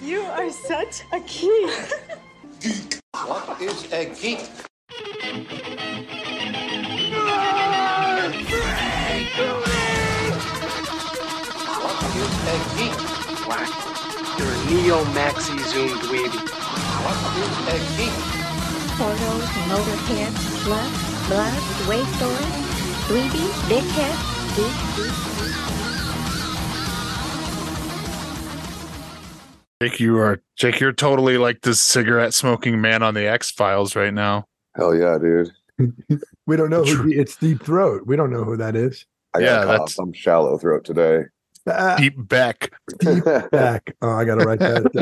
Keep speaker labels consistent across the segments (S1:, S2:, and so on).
S1: You are such a geek.
S2: What is a geek? What is a geek?
S3: You're a neo maxi zoom dweeby.
S2: What is a geek?
S4: Portals, motorhead, slut, blood, wasteland, 3D, dickhead, geek, geek, geek.
S5: Jake, you are Jake. You're totally like this cigarette smoking man on the X Files right now.
S6: Hell yeah, dude.
S7: We don't know
S5: True.
S7: who it's Deep Throat. We don't know who that is.
S6: I
S5: Yeah,
S6: got caught
S5: that's-
S6: some shallow throat today.
S7: Ah,
S5: Deep Beck.
S7: back. Oh, I gotta write that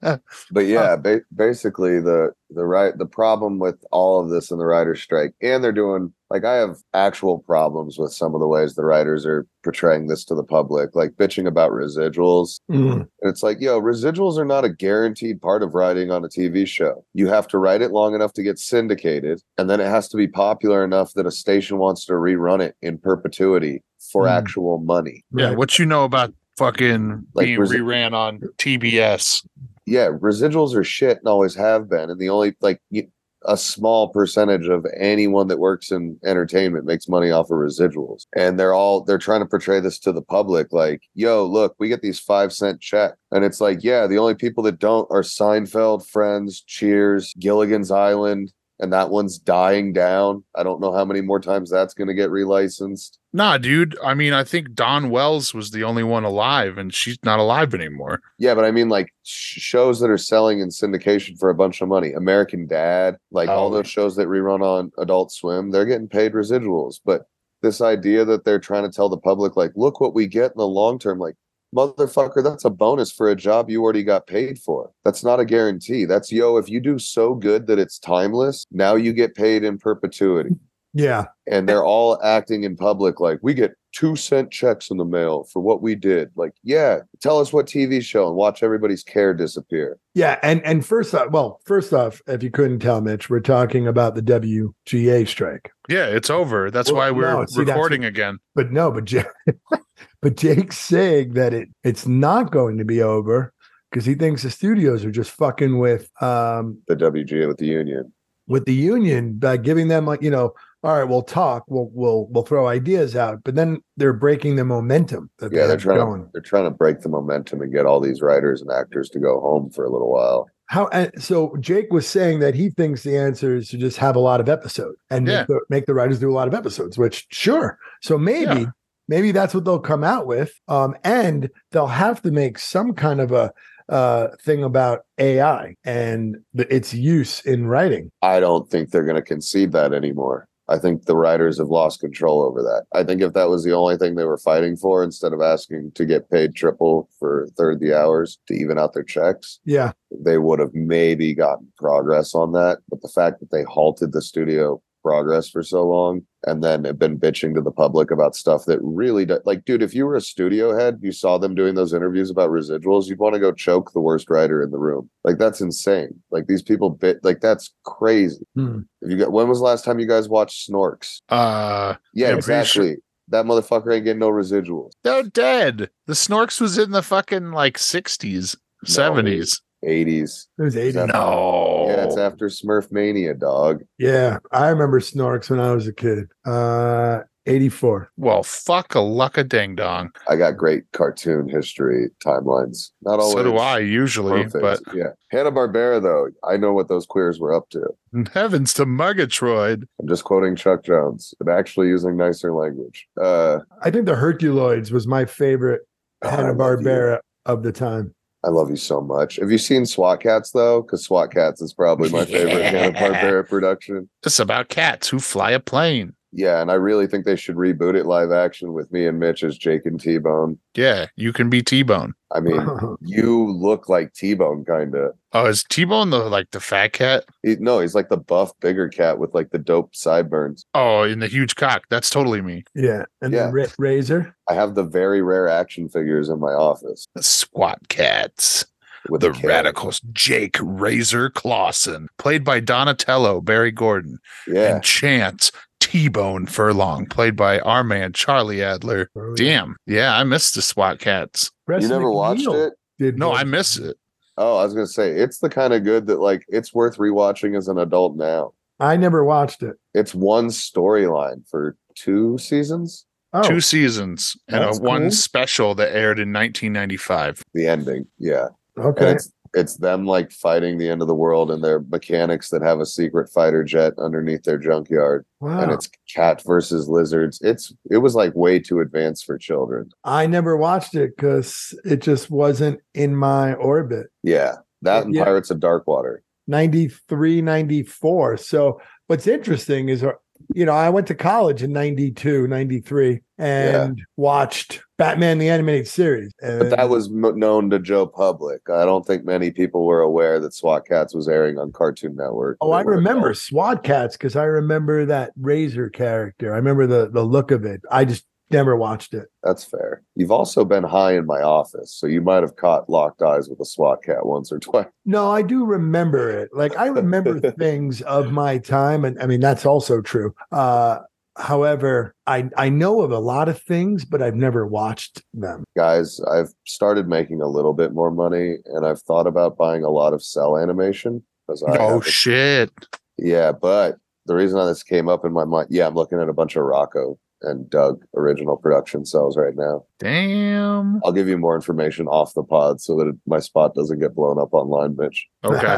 S7: down.
S6: but yeah, ba- basically the the right the problem with all of this in the writers' strike, and they're doing like I have actual problems with some of the ways the writers are portraying this to the public, like bitching about residuals.
S7: Mm.
S6: And it's like, yo, residuals are not a guaranteed part of writing on a TV show. You have to write it long enough to get syndicated, and then it has to be popular enough that a station wants to rerun it in perpetuity for
S7: Mm.
S5: Hmm.
S6: actual money.
S5: Yeah,
S7: Right.
S5: what you know about fucking
S6: Like,
S5: being
S6: was it-
S5: reran on TBS?
S6: yeah, residuals are shit and always have been. And the only like y- a small percentage of anyone that works in entertainment makes money off of residuals. And they're all they're trying to portray this to the public like, yo, look, we get these five cent check. And it's like, yeah, the only people that don't are Seinfeld, Friends, Cheers, Gilligan's Island. And that one's dying down. I don't know how many more times that's going to get relicensed.
S5: Nah, dude. I mean, I think Don Wells was the only one alive, and she's not alive anymore.
S6: Yeah, but I mean, like sh- shows that are selling in syndication for a bunch of money. American Dad, like all
S5: Oh.
S6: those shows that rerun on Adult Swim, they're getting paid residuals. But this idea that they're trying to tell the public, like, look what we get in the long term, like, motherfucker, that's a bonus for a job you already got paid for. That's not a guarantee. That's yo, if you do so good that it's timeless, now you get paid in perpetuity
S7: Yeah.
S6: and they're all acting in public like we get two cent checks in the mail for what we did. Like, yeah, tell us what TV show and watch everybody's care disappear.
S7: Yeah. And and first off, well, first off, if you couldn't tell, Mitch, we're talking about the WGA strike.
S5: Yeah, it's over. That's
S7: Well,
S5: why we're
S7: no, see, that's-
S5: recording again.
S7: But no, but Jake, but Jake's saying that it it's not going to be over because he thinks the studios are just fucking with um
S6: The WGA with the union.
S7: with the union by giving them like you know all right we'll talk we'll we'll we'll throw ideas out but then they're breaking the momentum that
S6: Yeah,
S7: they
S6: they're
S7: have
S6: trying
S7: going
S6: to they're trying to break the momentum and get all these writers and actors to go home for a little while.
S7: how and so jake was saying that he thinks the answer is to just have a lot of episodes and
S5: Yeah.
S7: make, the, make the writers do a lot of episodes which sure so maybe
S5: Yeah.
S7: maybe that's what they'll come out with um and they'll have to make some kind of a uh thing about ai and the, its use in writing
S6: I don't think they're going to concede that anymore. I think the writers have lost control over that. I think if that was the only thing they were fighting for, instead of asking to get paid triple for a third the hours to even out their checks,
S7: yeah
S6: they would have maybe gotten progress on that. But the fact that they halted the studio progress for so long and then have been bitching to the public about stuff that really do- like dude if you were a studio head you saw them doing those interviews about residuals you'd want to go choke the worst writer in the room like that's insane like these people bit like that's crazy
S7: Hmm.
S6: if you got when was the last time you guys watched snorks
S5: Uh,
S6: yeah,
S5: Yeah, I'm pretty sure-
S6: exactly that motherfucker ain't getting no residuals
S5: they're dead. The Snorks was in the fucking like sixties, seventies.
S6: 80s
S7: it was 80
S6: No.
S5: No,
S6: yeah it's after smurf mania dog
S7: yeah i remember snorks when i was a kid uh 84
S5: well, fuck a luck a ding dong.
S6: I got great cartoon history timelines. Not always.
S5: So do I usually,
S6: Perfect. yeah, Hanna Barbera though. I know what those queers were up to.
S5: but heavens to Murgatroyd.
S6: I'm just quoting Chuck Jones and actually using nicer language. Uh,
S7: I think the Herculoids was my favorite
S6: Oh, I
S7: Hanna
S6: love
S7: Barbera of the time.
S6: I love you so much. Have you seen SWAT Cats though? Because SWAT Cats is probably my favorite Hanna Barbera production.
S5: It's about cats who fly a plane.
S6: Yeah, and I really think they should reboot it live action with me and Mitch as Jake and T Bone.
S5: Yeah, you can be T Bone.
S6: I mean, you look like T Bone kind of.
S5: Oh, is T Bone the like the fat cat?
S6: He, no, he's like the buff, bigger cat with like the dope sideburns.
S5: Oh, in the huge cock. That's totally me.
S7: yeah, and
S6: Yeah.
S7: then Ra- Razor.
S6: I have the very rare action figures in my office
S5: Squat cats.
S6: with
S5: the
S6: a K.
S5: radicals. Jake Razor Clausen, played by Donatello Barry Gordon,
S6: Yeah,
S5: and Chance T Bone Furlong, played by our man Charlie
S6: Oh,
S5: Adler. Damn, yeah, I missed the SWAT cats.
S6: you never watched it.
S7: Did
S5: No,
S7: voice-
S5: I miss it.
S6: Oh, I was gonna say it's the kind of good that like it's worth rewatching as an adult now.
S7: I never watched it.
S6: It's one storyline for two seasons.
S7: Oh,
S5: Two seasons and a
S6: That's
S5: one
S6: cool.
S5: special that aired in 1995.
S6: The ending, yeah, and
S7: okay.
S6: it's it's them like fighting the end of the world and their mechanics that have a secret fighter jet underneath their junkyard,
S7: Wow.
S6: and it's cat versus lizards. It's it was like way too advanced for children.
S7: I never watched it because it just wasn't in my orbit.
S6: Yeah, that and
S7: Yeah.
S6: Pirates of Dark Water.
S7: 93, 94. So what's interesting is, uh, you know, I went to college in 92, 93 and watched Batman the Animated Series.
S6: But that
S7: and-
S6: was m- known to Joe Public. I don't think many people were aware that SWAT Cats was airing on Cartoon Network.
S7: Oh,
S6: when
S7: I
S6: they were
S7: remember
S6: adults.
S7: SWAT cats because I remember that Razor character. I remember the the look of it. I just never watched it.
S6: That's fair. You've also been high in my office, so you might have caught locked eyes with a SWAT cat once or twice.
S7: No, I do remember it. Like I remember things of my time, and I mean that's also true. Uh, however, I I know of a lot of things, but I've never watched them.
S6: Guys, I've started making a little bit more money, and I've thought about buying a lot of cell animation because I
S5: oh
S6: haven't-
S5: shit.
S6: yeah. But the reason why this came up in my mind, yeah, I'm looking at a bunch of Rocco and Doug original production cells right now.
S5: Damn.
S6: I'll give you more information off the pod so that my spot doesn't get blown up online, Mitch.
S5: Okay.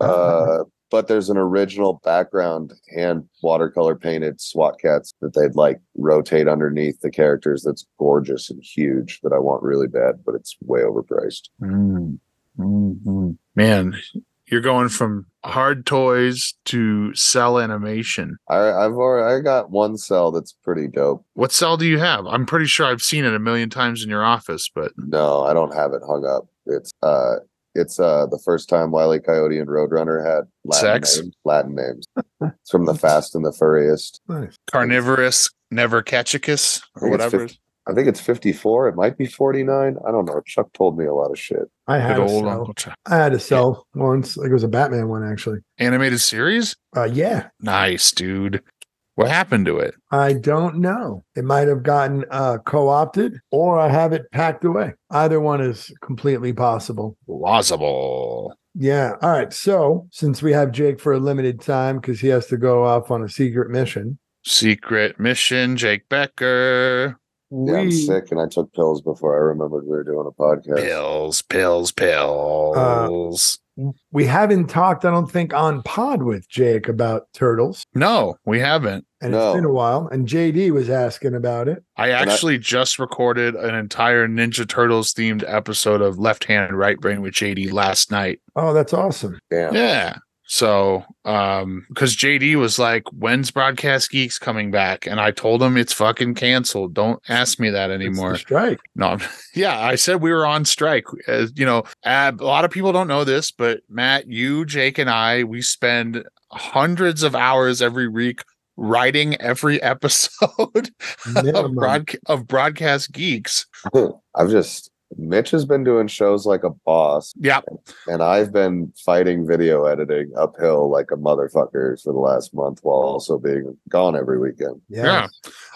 S6: Uh, but there's an original background hand watercolor painted SWAT cats that they'd like rotate underneath the characters. That's gorgeous and huge that I want really bad, but it's way overpriced.
S5: Mm, mm, mm. Man, you're going from hard toys to cell animation.
S6: I, I've already I got one cell that's pretty dope.
S5: What cell do you have? I'm pretty sure I've seen it a million times in your office, but
S6: No, I don't have it hung up. It's uh, it's uh, the first time Wiley Coyote and Roadrunner had Latin
S5: Sex?
S6: names. Latin names. It's from the Fast and the Furriest.
S7: nice.
S5: carnivorous never catechus or
S6: I think it's
S5: whatever.
S6: 50 I think it's 54. It might be 49. I don't know. Chuck told me a lot of shit.
S7: I
S5: Good
S7: had a
S5: old
S7: cell.
S5: Uncle Chuck.
S7: I had a cell once. Like it was a Batman one actually.
S5: Animated series?
S7: Uh, yeah,
S5: Nice, dude. What happened to it?
S7: I don't know. It might have gotten uh, co-opted, or I have it packed away. Either one is completely possible.
S5: Plausible.
S7: Yeah. All right. So since we have Jake for a limited time because he has to go off on a secret mission,
S5: Secret mission, Jake Becker.
S7: we
S6: Yeah, I'm sick and I took pills before I remembered we were doing a podcast.
S5: Pills, pills, pills.
S7: we haven't talked, I don't think, on pod with Jake about turtles,
S5: no, we haven't.
S7: and
S6: No.
S7: it's been a while. And JD was asking about it.
S5: I
S6: And I-
S5: actually just recorded an entire Ninja Turtles themed episode of Left Hand and Right Brain with JD last night.
S7: Oh, that's awesome.
S6: Damn.
S5: Yeah. So, um, because JD was like, "When's Broadcast Geeks coming back?" and I told him it's fucking canceled. Don't ask me that
S7: It's the
S5: anymore.
S7: strike.
S5: No, I'm- yeah, I said we were on strike. As you know, uh, a lot of people don't know this, but Matt, you, Jake, and I, we spend hundreds of hours every week writing every episode of,
S7: Minimum.
S5: broadca- of Broadcast Geeks.
S6: I've just Mitch has been doing shows like a boss,
S5: Yeah,
S6: and I've been fighting video editing uphill like a motherfucker for the last month while also being gone every weekend.
S7: Yes.
S5: Yeah.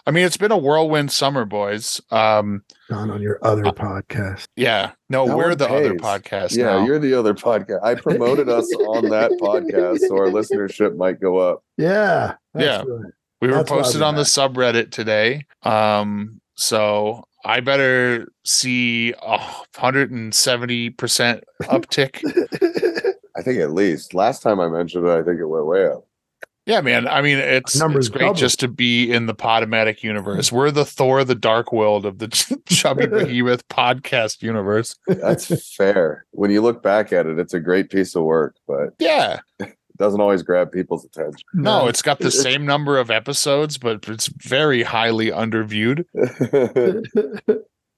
S5: I mean it's been a whirlwind summer, boys. Um,
S7: Not on your
S5: Uh,
S7: other podcast.
S5: yeah, no,
S6: That
S5: we're
S6: one
S5: the other
S6: pays.
S5: podcast.
S6: yeah,
S5: now.
S6: you're the other podcast. I promoted us on that podcast, so our listenership might go up.
S7: Yeah. that's right.
S5: we were
S7: that's why I
S5: posted
S7: was
S5: on the
S7: back.
S5: subreddit today. Um, so I better see a hundred and seventy percent uptick.
S6: I think at least last time I mentioned it, I think it went way up.
S5: yeah, man. I mean, it's
S7: Numbers
S5: it's great
S7: doubled.
S5: just to be in the Podomatic universe. We're the Thor, the Dark World of the Chubby Behemoth podcast universe.
S6: That's fair. When you look back at it, it's a great piece of work, but
S5: Yeah,
S6: it doesn't always grab people's attention.
S5: No,
S7: No.
S5: it's got the same number of episodes, but it's very highly underviewed.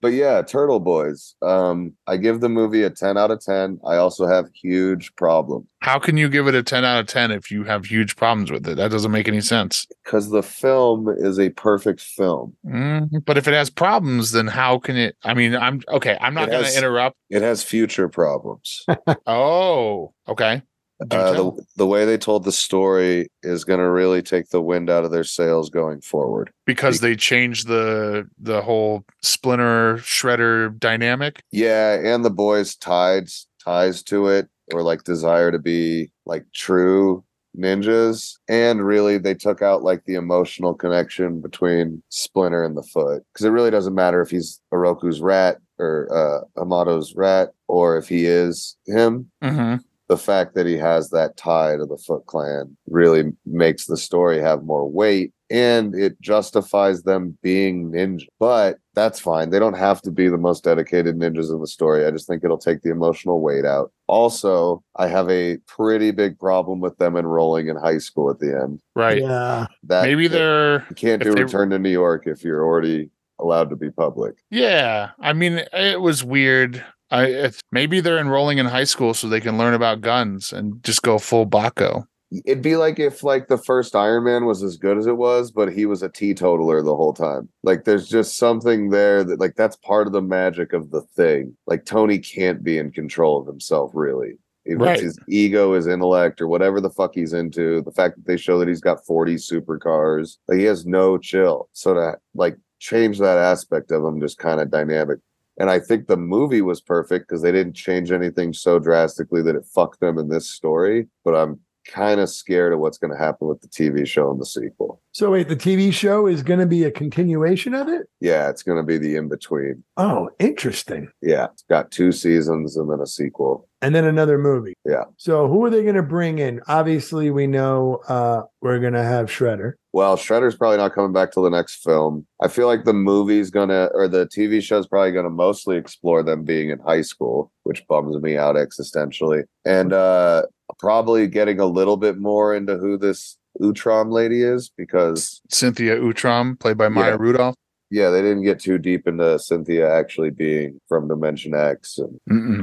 S6: but yeah, Turtle Boys. Um, I give the movie a 10 out of 10. I also have huge problem
S5: How can you give it a 10 out of 10 if you have huge problems with it? That doesn't make any sense.
S6: because the film is a perfect film.
S5: Mm, but if it has problems, then how can it? I mean, I'm okay. I'm not
S6: It
S5: going
S6: has-
S5: to interrupt.
S6: It has future problems.
S5: Oh, okay. Do
S6: Uh,
S5: tell.
S6: the, the way they told the story is going to really take the wind out of their sails going forward.
S5: because they changed the the whole splinter shredder dynamic.
S6: Yeah, and the boys' tides ties to it or like desire to be like true ninjas and really they took out like the emotional connection between splinter and the foot because it really doesn't matter if he's oroku's rat or uh amato's rat or if he is him
S5: Mhm.
S6: the fact that he has that tie to the foot clan really makes the story have more weight and it justifies them being ninja but that's fine they don't have to be the most dedicated ninjas in the story i just think it'll take the emotional weight out also i have a pretty big problem with them enrolling in high school at the end
S5: Right.
S7: Yeah.
S6: that
S5: Maybe they're
S6: you can't
S5: if
S6: do
S5: they-
S6: return to new york if you're already allowed to be public
S5: Yeah, I mean, it was weird. I it's, maybe they're enrolling in high school so they can learn about guns and just go full Baco.
S6: it'd be like if like the first iron man was as good as it was but he was a teetotaler the whole time like there's just something there that like that's part of the magic of the thing like tony can't be in control of himself really even
S5: Right.
S6: if his ego his intellect or whatever the fuck he's into the fact that they show that he's got 40 supercars like he has no chill so to like change that aspect of him just kind of dynamic and I think the movie was perfect because they didn't change anything so drastically that it fucked them in this story. But I'm kind of scared of what's going to happen with the TV show and the sequel.
S7: So wait, the TV show is going to be a continuation of it?
S6: Yeah, it's going to be the in between.
S7: Oh, interesting.
S6: Yeah, it's got two seasons and then a sequel.
S7: And then another movie.
S6: Yeah.
S7: So who are they going to bring in? Obviously, we know uh we're going to have Shredder.
S6: Well, Shredder's probably not coming back till the next film. I feel like the movie's gonna or the TV show's probably gonna mostly explore them being in high school, which bums me out existentially. And uh probably getting a little bit more into who this Utram lady is because
S5: Cynthia Utram, played by Maya
S6: Yeah.
S5: Rudolph.
S6: yeah, they didn't get too deep into Cynthia actually being from Dimension X. And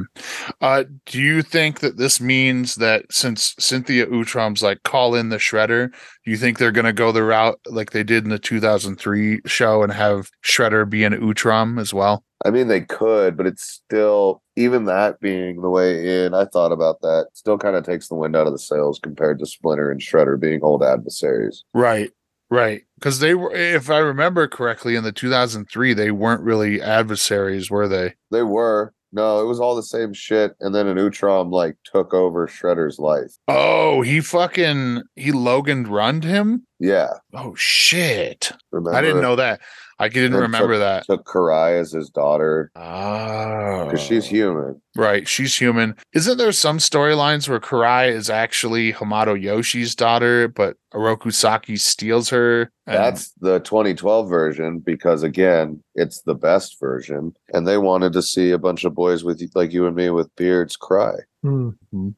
S5: Mm-mm. Uh, do you think that this means that since Cynthia Utram's like call in the Shredder, do you think they're gonna go the route like they did in the 2003 show and have Shredder be an Utram as well?
S6: I mean, they could, but it's still even that being the way in. I thought about that. Still, kind of takes the wind out of the sails compared to Splinter and Shredder being old adversaries.
S5: Right, right. Because they were, if I remember correctly, in the 2003 they weren't really adversaries, were they?
S6: They were no, it was all the same shit. And then an Utrom like took over Shredder's life.
S5: Oh, he fucking he Logan runned him.
S6: Yeah,
S5: Oh shit!
S6: remember?
S5: I didn't know that. I didn't
S6: Then
S5: remember that.
S6: Took Karai as his daughter
S5: Oh,
S6: because she's human.
S5: right. She's human. Isn't there some storylines where Karai is actually Hamato Yoshi's daughter, but Oroku Saki steals her? and-
S6: That's the 2012 version because again, it's the best version, and they wanted to see a bunch of boys with like you and me with beards cry.
S7: Hmm.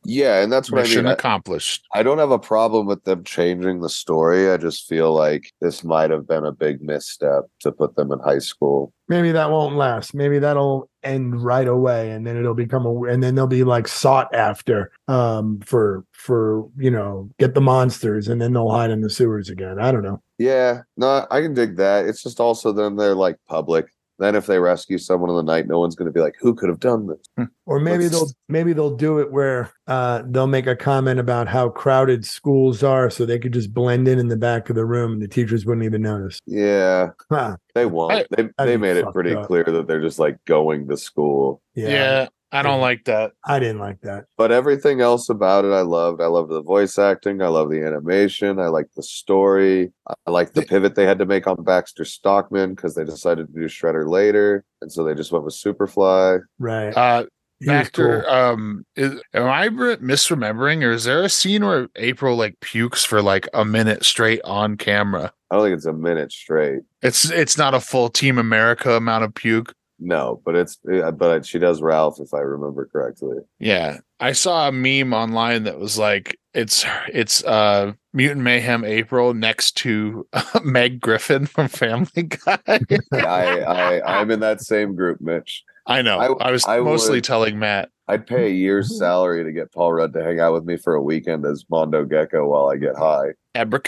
S6: Yeah, and that's what
S5: mission
S6: I mean. I-
S5: accomplished.
S6: I don't have a problem with them changing the story. I just feel like this might have been a big misstep to put them in high school.
S7: Maybe that won't last. Maybe that'll end right away and then it'll become a and then they'll be like sought after um for for, you know, get the monsters and then they'll hide in the sewers again. I don't know.
S6: Yeah, no, I can dig that. It's just also then they're like public. Then if they rescue someone in the night, no one's going to be like, "Who could have done this?"
S7: Or maybe
S6: Let's-
S7: they'll maybe they'll do it where uh, they'll make a comment about how crowded schools are, so they could just blend in in the back of the room, and the teachers wouldn't even notice.
S6: Yeah,
S7: Huh.
S6: they won't.
S5: I-
S6: they
S7: I'd
S6: they
S7: be
S6: made it
S7: fucked
S6: pretty
S7: up.
S6: clear that they're just like going to school.
S7: Yeah,
S5: yeah, I don't like that.
S7: I didn't like that.
S6: but everything else about it i loved i loved the voice acting i love the animation i like the story i like the pivot they had to make on baxter stockman because they decided to do shredder later and so they just went with superfly
S7: Right.
S5: Uh,
S7: He was
S5: Actor,
S7: cool.
S5: um, is, am I re- misremembering, or is there a scene where April like pukes for like a minute straight on camera?
S6: i don't think it's a minute straight
S5: It's it's not a full Team America amount of puke.
S6: no but it's yeah, but she does ralph if i remember correctly
S5: Yeah, I saw a meme online that was like, it's it's uh Mutant Mayhem April next to uh, Meg Griffin from Family Guy.
S6: i i i'm in that same group mitch
S5: I know. I,
S6: I-
S5: was
S6: I
S5: mostly
S6: would-
S5: telling Matt.
S6: i'd pay a year's salary to get paul rudd to hang out with me for a weekend as mondo gecko while i get high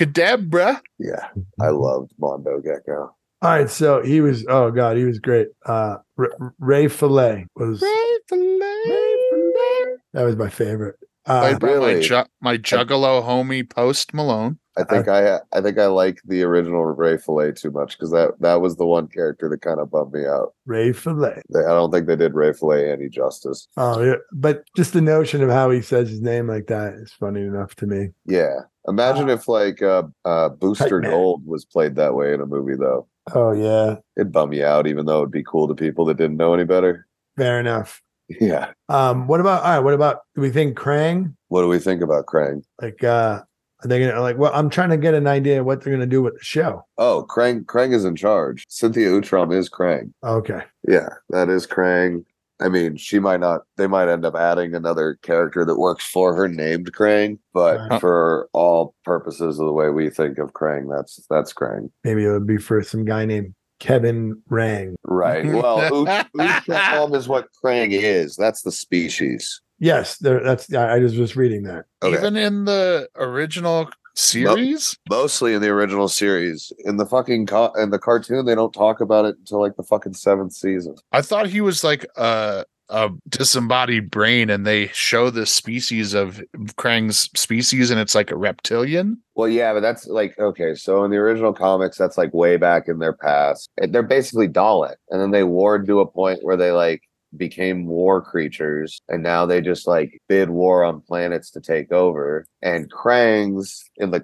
S5: Abracadabra.
S6: yeah i loved mondo gecko
S7: All right, so he was. Oh God, he was great. Uh, R- Ray Fillet was. That was my favorite. Uh,
S5: Played by my,
S6: Uh, Really?
S5: ju- my juggalo homie Post Malone.
S6: I think I I think I like the original Ray Fillet too much because that that was the one character that kind of bummed me out.
S7: Ray Fillet.
S6: They- I don't think they did Ray Fillet any justice.
S7: Oh, yeah. but just the notion of how he says his name like that is funny enough to me.
S6: Yeah, imagine if like uh, uh, Booster
S7: Nightmare.
S6: Gold was played that way in a movie though.
S7: Oh yeah,
S6: It'd bum you out, even though it'd be cool to people that didn't know any better.
S7: fair enough.
S6: Yeah.
S7: Um, what about all right? What about do we think Krang?
S6: What do we think about Krang?
S7: Like, uh, are they gonna like? Well, I'm trying to get an idea of what they're gonna do with the show.
S6: Oh, Krang! Krang is in charge. Cynthia Utram is Krang.
S7: Okay,
S6: Yeah, that is Krang. I mean, she might not. They might end up adding another character that works for her named Krang, but
S7: Right.
S6: for all purposes of the way we think of Krang, that's that's Krang.
S7: maybe it would be for some guy named Kevin Rang.
S6: Right. Well, Ut- Utram is what Krang is. That's the species.
S7: Yes, there, that's I, I was just reading that.
S6: Okay.
S5: Even in the original series,
S6: Mostly in the original series, in the fucking co- in the cartoon, they don't talk about it until like the fucking seventh season.
S5: I thought he was like a a disembodied brain, and they show the species of Krang's species, and it's like a reptilian.
S6: Well, yeah, but that's like okay. So in the original comics, that's like way back in their past. And They're basically Dalek, and then they warred to a point where they like became war creatures, and now they just like bid war on planets to take over. And Krang's in the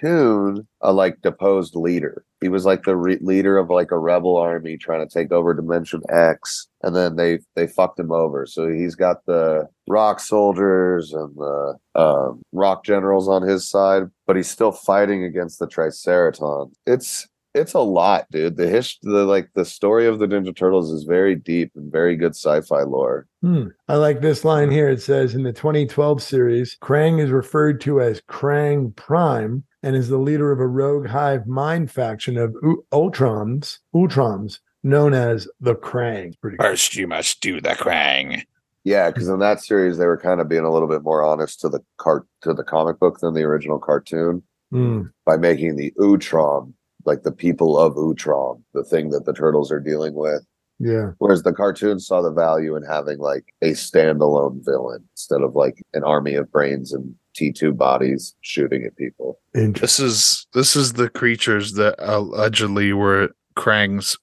S6: cartoon a like deposed leader. He was like the re- leader of like a rebel army trying to take over Dimension X, and then they they fucked him over. So he's got the rock soldiers and the um, rock generals on his side, but he's still fighting against the Triceraton. It's it's a lot, dude. The his the like the story of the Ninja Turtles is very deep and very good sci-fi lore.
S7: Hmm. I like this line here. It says in the 2012 series, Krang is referred to as Krang Prime and is the leader of a rogue hive mind faction of U- Ultrons, Ultrons, known as the Krang. Pretty cool.
S5: First, you must do the Krang.
S6: Yeah, because in that series they were kind of being a little bit more honest to the cart to the comic book than the original cartoon
S7: Hmm.
S6: by making the Utrom like the people of Utrom, the thing that the turtles are dealing with.
S7: Yeah.
S6: Whereas the cartoon saw the value in having like a standalone villain instead of like an army of brains and T2 bodies shooting at people.
S7: Interesting.
S5: This is this is the creatures that allegedly were Krang's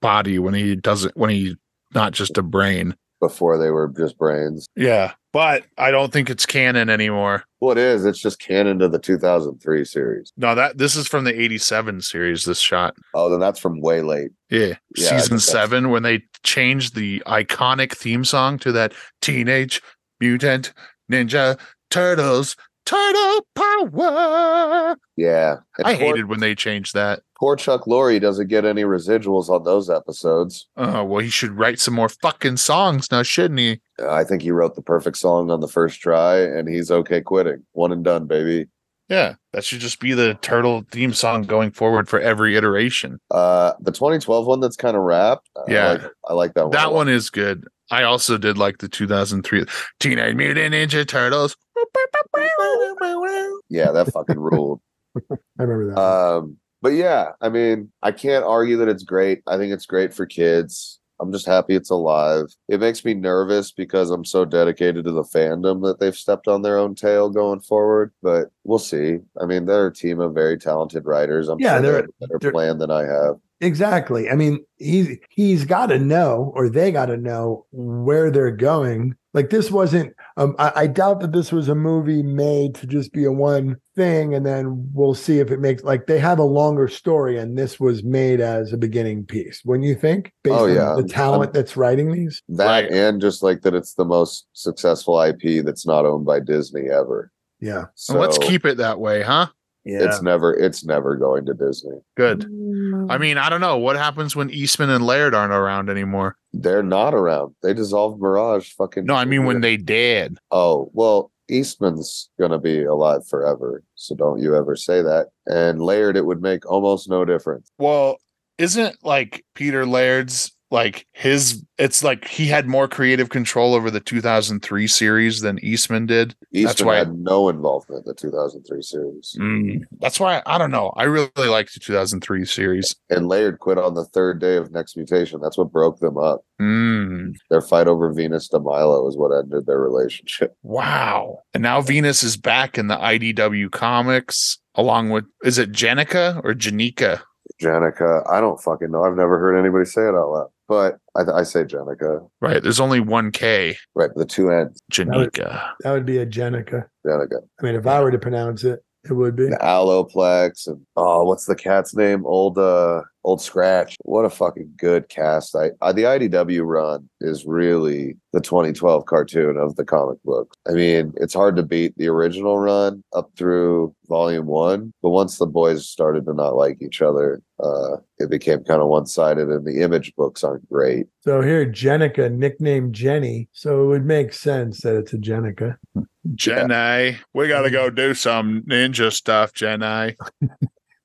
S5: body when he doesn't when he not just a brain.
S6: Before they were just brains.
S5: Yeah, but I don't think it's canon anymore.
S6: Well, it is. It's just canon to the 2003 series.
S5: No, that this is from the '87 series. This shot,
S6: Oh, then that's from way late.
S5: yeah,
S6: Yeah, I
S5: season
S6: think that's-
S5: seven, when they changed the iconic theme song to that Teenage Mutant Ninja Turtles Turtle Power.
S6: Yeah. And
S5: I
S6: poor-
S5: hated when they changed that.
S6: Poor Chuck Lorre doesn't get any residuals on those episodes.
S5: Oh well, he should write some more fucking songs now, shouldn't he?
S6: I think he wrote the perfect song on the first try, and he's okay quitting. One and done, baby.
S5: Yeah, that should just be the turtle theme song going forward for every iteration.
S6: Uh, the 2012 one that's kind of wrapped. I
S5: Yeah.
S6: like, I like that one. a
S5: That
S6: lot.
S5: one is good. I also did like the 2003 Teenage Mutant Ninja Turtles.
S6: Yeah, that fucking ruled.
S7: I remember that.
S5: Uh-huh.
S6: Um, but yeah, I mean, I can't argue that it's great. I think it's great for kids. I'm just happy it's alive. It makes me nervous because I'm so dedicated to the fandom that they've stepped on their own tail going forward. But we'll see. I mean, they're a team of very talented writers. I'm
S7: Yeah,
S6: sure
S7: they're-
S6: they have a better
S7: they're-
S6: plan than I have.
S7: Exactly. I mean, he's he's got to know, or they got to know where they're going. Like this wasn't. Um, I, I doubt that this was a movie made to just be a one thing, and then we'll see if it makes. Like they have a longer story, and this was made as a beginning piece. When you think, based
S6: Oh,
S7: on
S6: yeah.
S7: the talent that's writing these,
S6: That
S5: Right.
S6: and just like that, it's the most successful IP that's not owned by Disney ever.
S7: yeah,
S5: And
S6: So
S5: Let's keep it that way, huh?
S7: yeah.
S6: It's never. It's never going to Disney.
S5: Good. I
S4: Mm.
S5: mean, I don't know what happens when Eastman and Laird aren't around anymore.
S6: They're not around. They dissolved Mirage. Fucking
S5: No, I mean when they did.
S6: Oh, well, Eastman's going to be alive forever. So don't you ever say that. And Laird, it would make almost no difference.
S5: Well, isn't like Peter Laird's like his? It's like he had more creative control over the 2003 series than Eastman did. That's
S6: Eastman
S5: why-
S6: had no involvement in the 2003 series.
S5: Mm. That's why I don't know. I really liked the 2003 series.
S6: And Laird quit on the third day of Next Mutation. That's what broke them up.
S5: Mm,
S6: Their fight over Venus de Milo is what ended their relationship.
S5: wow. And now Venus is back in the IDW comics along with is it Jenica or Janika?
S6: Janica. I don't fucking know. I've never heard anybody say it out loud, but I, I say Janica.
S5: Right. There's only one K,
S6: Right, the two ends.
S5: Janika.
S7: That would be a Jenica.
S6: Janica.
S7: I mean, if I were to pronounce it, it would be.
S6: The Alloplex and oh, what's the cat's name? Old uh, Old Scratch. What a fucking good cast. I, I the IDW run is really the 2012 cartoon of the comic books. I mean, it's hard to beat the original run up through volume one, but once the boys started to not like each other, uh, it became kind of one sided, and the image books aren't great.
S7: So here, Jenica, nicknamed Jenny. So it would make sense that it's a Jenica.
S5: Jenai. We gotta go do some ninja stuff, Jenai.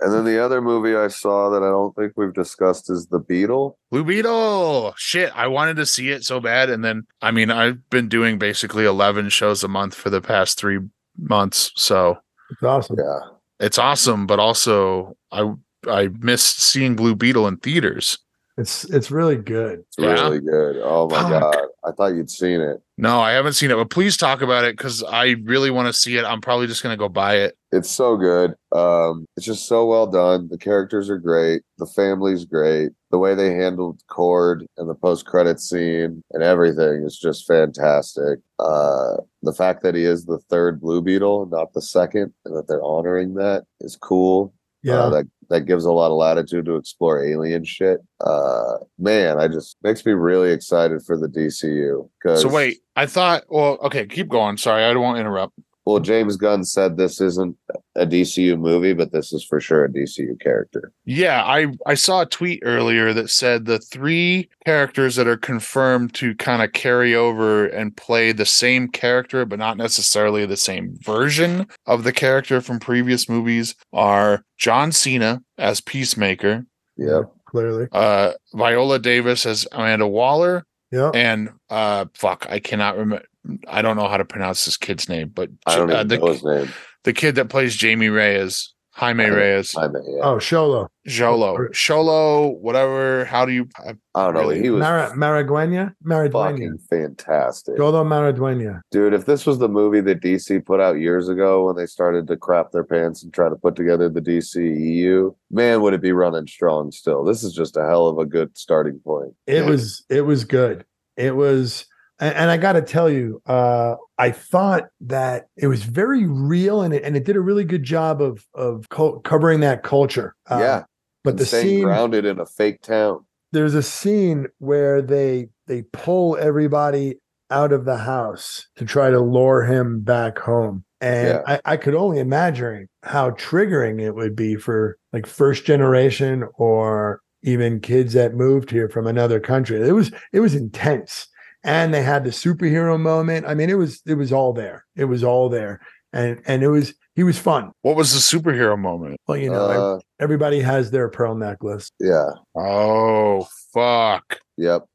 S6: And then the other movie I saw that I don't think we've discussed is The Beetle.
S5: Blue Beetle. Shit, I wanted to see it so bad. And then, I mean, I've been doing basically 11 shows a month for the past three months. So
S7: It's awesome.
S6: Yeah.
S5: it's awesome. But also, I, I missed seeing Blue Beetle in theaters.
S7: It's it's really good.
S6: It's really good. Oh my
S5: Fuck.
S6: god. I thought you'd seen it.
S5: No, I haven't seen it, but please talk about it because I really want to see it. I'm probably just going to go buy it.
S6: It's so good. Um it's just so well done. The characters are great. The family's great. The way they handled Cord and the post credit scene and everything is just fantastic. Uh the fact that he is the third Blue Beetle, not the second, and that they're honoring that is cool.
S7: Yeah.
S6: Uh, that that gives a lot of latitude to explore alien shit. Uh, man, I just makes me really excited for the DCU. 'cause-
S5: So, wait, I thought, well, okay, keep going. Sorry, I don't want to interrupt.
S6: well, James Gunn said this isn't a DCU movie, but this is for sure a DCU character.
S5: Yeah, I I saw a tweet earlier that said the three characters that are confirmed to kind of carry over and play the same character but not necessarily the same version of the character from previous movies are John Cena as Peacemaker,
S6: Yep.
S7: Clearly.
S5: uh Viola Davis as Amanda Waller
S6: Oh.
S7: Yeah.
S5: and uh fuck, I cannot remember I don't know how to pronounce this kid's name, but
S6: I don't
S5: uh,
S6: even
S5: the,
S6: know his name.
S5: the kid that plays Jamie Reyes, Jaime
S6: I don't-
S5: Reyes,
S6: I, mean, yeah.
S7: Oh, Sholo.
S5: Jolo, Sholo, whatever, how do you uh,
S6: I don't know.
S5: really?
S6: He was
S7: Mara Maraguena? Maraduena.
S6: fucking fantastic.
S7: Sholo Maraduena.
S6: Dude, if this was the movie that DC put out years ago when they started to crap their pants and try to put together the DCEU, man, would it be running strong still. This is just a hell of a good starting point.
S7: it
S5: Yeah.
S7: was it was good it was and, and i gotta tell you uh i thought that it was very real and it, and it did a really good job of of co- covering that culture Uh,
S6: yeah.
S7: but
S6: and
S7: the
S6: staying
S7: scene
S6: grounded in a fake town.
S7: there's a scene where they they pull everybody out of the house to try to lure him back home and
S6: Yeah.
S7: I, I could only imagine how triggering it would be for like first generation or even kids that moved here from another country it was it was intense and they had the superhero moment i mean it was it was all there it was all there and and it was he was fun
S5: What was the superhero moment?
S7: well you know
S6: Uh,
S7: everybody has their pearl necklace
S6: yeah.
S5: Oh fuck.
S6: Yep.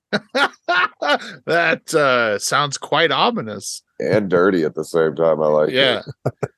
S5: that uh sounds quite ominous.
S6: and dirty at the same time. I like
S5: yeah.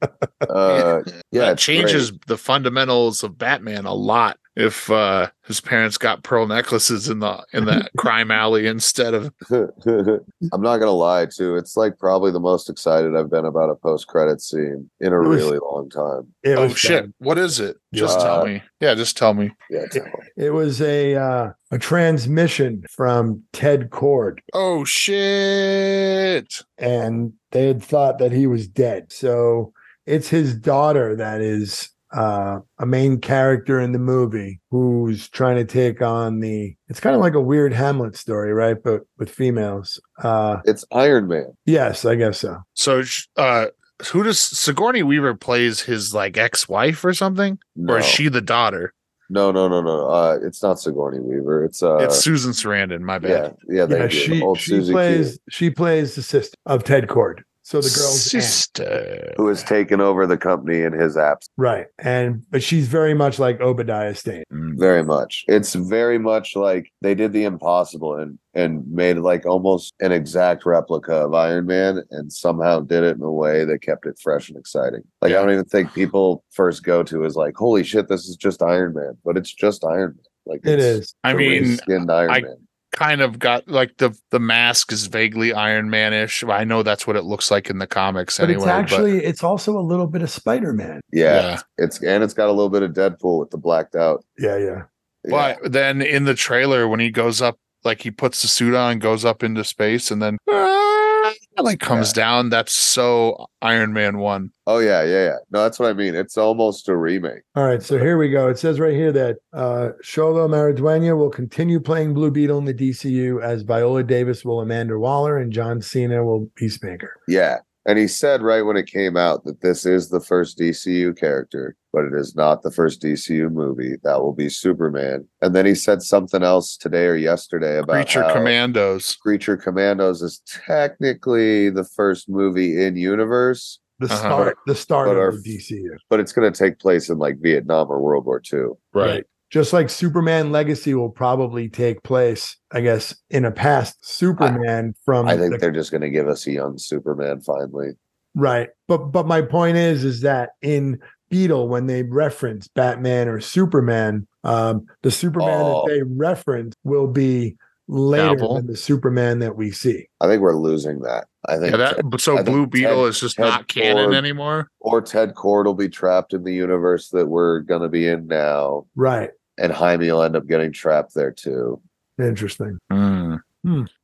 S6: it. Uh, yeah,
S5: That
S6: it's
S5: changes the fundamentals of Batman a lot if uh his parents got pearl necklaces in the in the crime alley instead of
S6: I'm not gonna lie, too. It's like probably the most excited I've been about a post credit scene in a
S7: It was-
S6: really long time.
S7: it
S5: Oh
S7: was
S5: shit,
S7: fun.
S5: what is it? Just
S6: Uh,
S5: tell me. Yeah, just tell me.
S6: Yeah, totally.
S7: It was a uh, a transmission from Ted Cord,
S5: Oh shit.
S7: and they had thought that he was dead. So it's his daughter that is uh, a main character in the movie who's trying to take on the. It's kind of like a weird Hamlet story, right? But with females. Uh,
S6: it's Iron Man.
S7: yes, I guess so.
S5: So sh- uh who does Sigourney Weaver plays his like ex-wife or something?
S6: No,
S5: Or is she the daughter?
S6: no, no, no, no. Uh, it's not Sigourney Weaver. It's uh,
S5: it's Susan Sarandon, my bad.
S6: yeah, yeah. They
S7: Yeah,
S6: do.
S7: she
S6: old
S7: she
S6: Susie
S7: plays
S6: Q,
S7: she plays the sister of Ted Cord. So the girl's aunt.
S5: sister.
S6: who has taken over the company in his absence.
S7: right, and but she's very much like Obadiah Stane.
S5: Mm.
S6: Very much. It's very much like they did the impossible and and made like almost an exact replica of Iron Man and somehow did it in a way that kept it fresh and exciting. Like I don't even think people first go to is like, holy shit, this is just Iron Man, but it's just Iron Man. Like
S7: It
S6: it's
S7: is.
S5: I mean,
S6: skinned Iron
S5: I-
S6: Man.
S5: kind of got like the the mask is vaguely Iron Manish. I know that's what it looks like in the comics
S7: But
S5: anyway.
S7: it's actually it's also a little bit of Spider Man.
S6: Yeah, it's and it's got a little bit of Deadpool with the blacked out.
S7: Yeah, yeah.
S6: Yeah.
S5: But then in the trailer, when he goes up, like he puts the suit on, goes up into space, and then ah, like comes down. That's so Iron Man one.
S6: oh yeah, yeah, yeah. No, that's what I mean. It's almost a remake.
S7: All right, so here we go. It says right here that uh, Sholo Mariduena will continue playing Blue Beetle in the DCU as Viola Davis will Amanda Waller and John Cena will Peacemaker.
S6: Yeah. And he said right when it came out that this is the first DCU character, but it is not the first DCU movie. That will be Superman. And then he said something else today or yesterday about
S5: Creature
S6: how
S5: Commandos.
S6: Creature Commandos is technically the first movie in universe,
S7: The
S5: Uh-huh.
S7: start, the start
S6: But
S7: of
S6: our-
S7: the DCU.
S6: but it's going to take place in like Vietnam or World War II.
S7: Right. Just like Superman Legacy will probably take place, I guess, in a past Superman from
S6: I think
S7: the-
S6: they're just going to give us a young Superman finally.
S7: right. But but my point is is that in Beetle, when they reference Batman or Superman, um, the Superman
S6: Oh.
S7: that they reference will be later
S5: Cavill.
S7: than the Superman that we see.
S6: I think we're losing that. I think
S5: Yeah, that
S6: Ted-
S5: but so
S6: I think
S5: Blue Beetle
S6: Ted-
S5: is just
S6: Ted
S5: not canon
S6: Ford-
S5: anymore.
S6: or Ted Cord will be trapped in the universe that we're going to be in now,
S7: Right.
S6: and Jaime will end up getting trapped there too.
S7: Interesting.
S5: Hmm.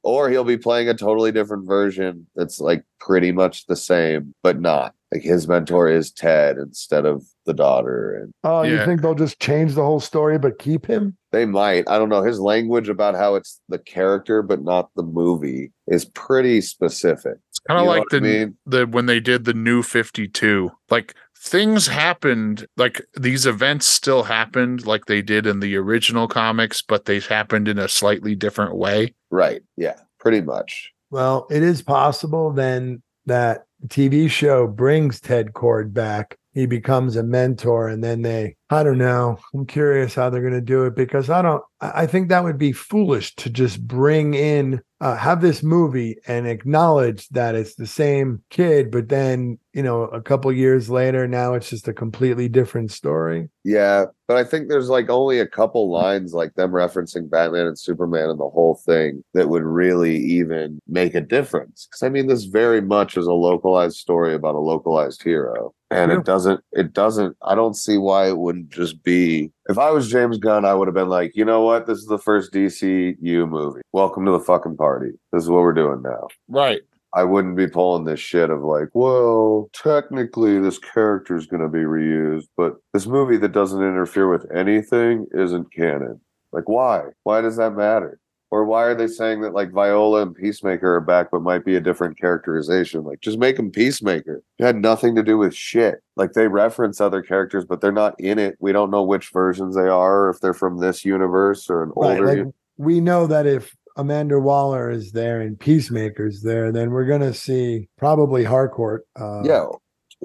S6: Or he'll be playing a totally different version that's like pretty much the same, but not. Like his mentor is Ted instead of the daughter, and
S7: Oh,
S5: you
S7: you
S5: Yeah.
S7: think they'll just change the whole story but keep him?
S6: they might. I don't know. His language about how it's the character but not the movie is pretty specific.
S5: It's kind
S6: You
S5: of
S6: know
S5: like
S6: what I
S5: the
S6: mean?
S5: the when they did the new 52 like things happened like these events still happened like they did in the original comics but they happened in a slightly different way
S6: Right. Yeah. Pretty much.
S7: Well, it is possible then that TV show brings Ted Cord back. He becomes a mentor, and then they, I don't know. I'm curious how they're going to do it because I don't, I I think that would be foolish to just bring in, uh, have this movie and acknowledge that it's the same kid, but then, you know, a couple years later, now it's just a completely different story.
S6: Yeah, but I think there's like only a couple lines like them referencing Batman and Superman and the whole thing that would really even make a difference. Cuz I mean this very much is a localized story about a localized hero. And
S7: Yeah.
S6: it doesn't it doesn't I don't see why it wouldn't just be If I was James Gunn, I would have been like, "You know what? This is the first DCU movie. Welcome to the fucking party. This is what we're doing now."
S5: right
S6: I wouldn't be pulling this shit of like, well, technically this character is going to be reused, but this movie that doesn't interfere with anything isn't canon. Like, why? Why does that matter? Or why are they saying that like Viola and Peacemaker are back, but might be a different characterization? Like, just make them Peacemaker. It had nothing to do with shit. Like, they reference other characters, but they're not in it. We don't know which versions they are, or if they're from this universe or an older.
S7: like,
S6: uni-
S7: we know that if Amanda Waller is there and Peacemaker's there, then we're gonna see probably Harcourt, uh,
S6: yeah.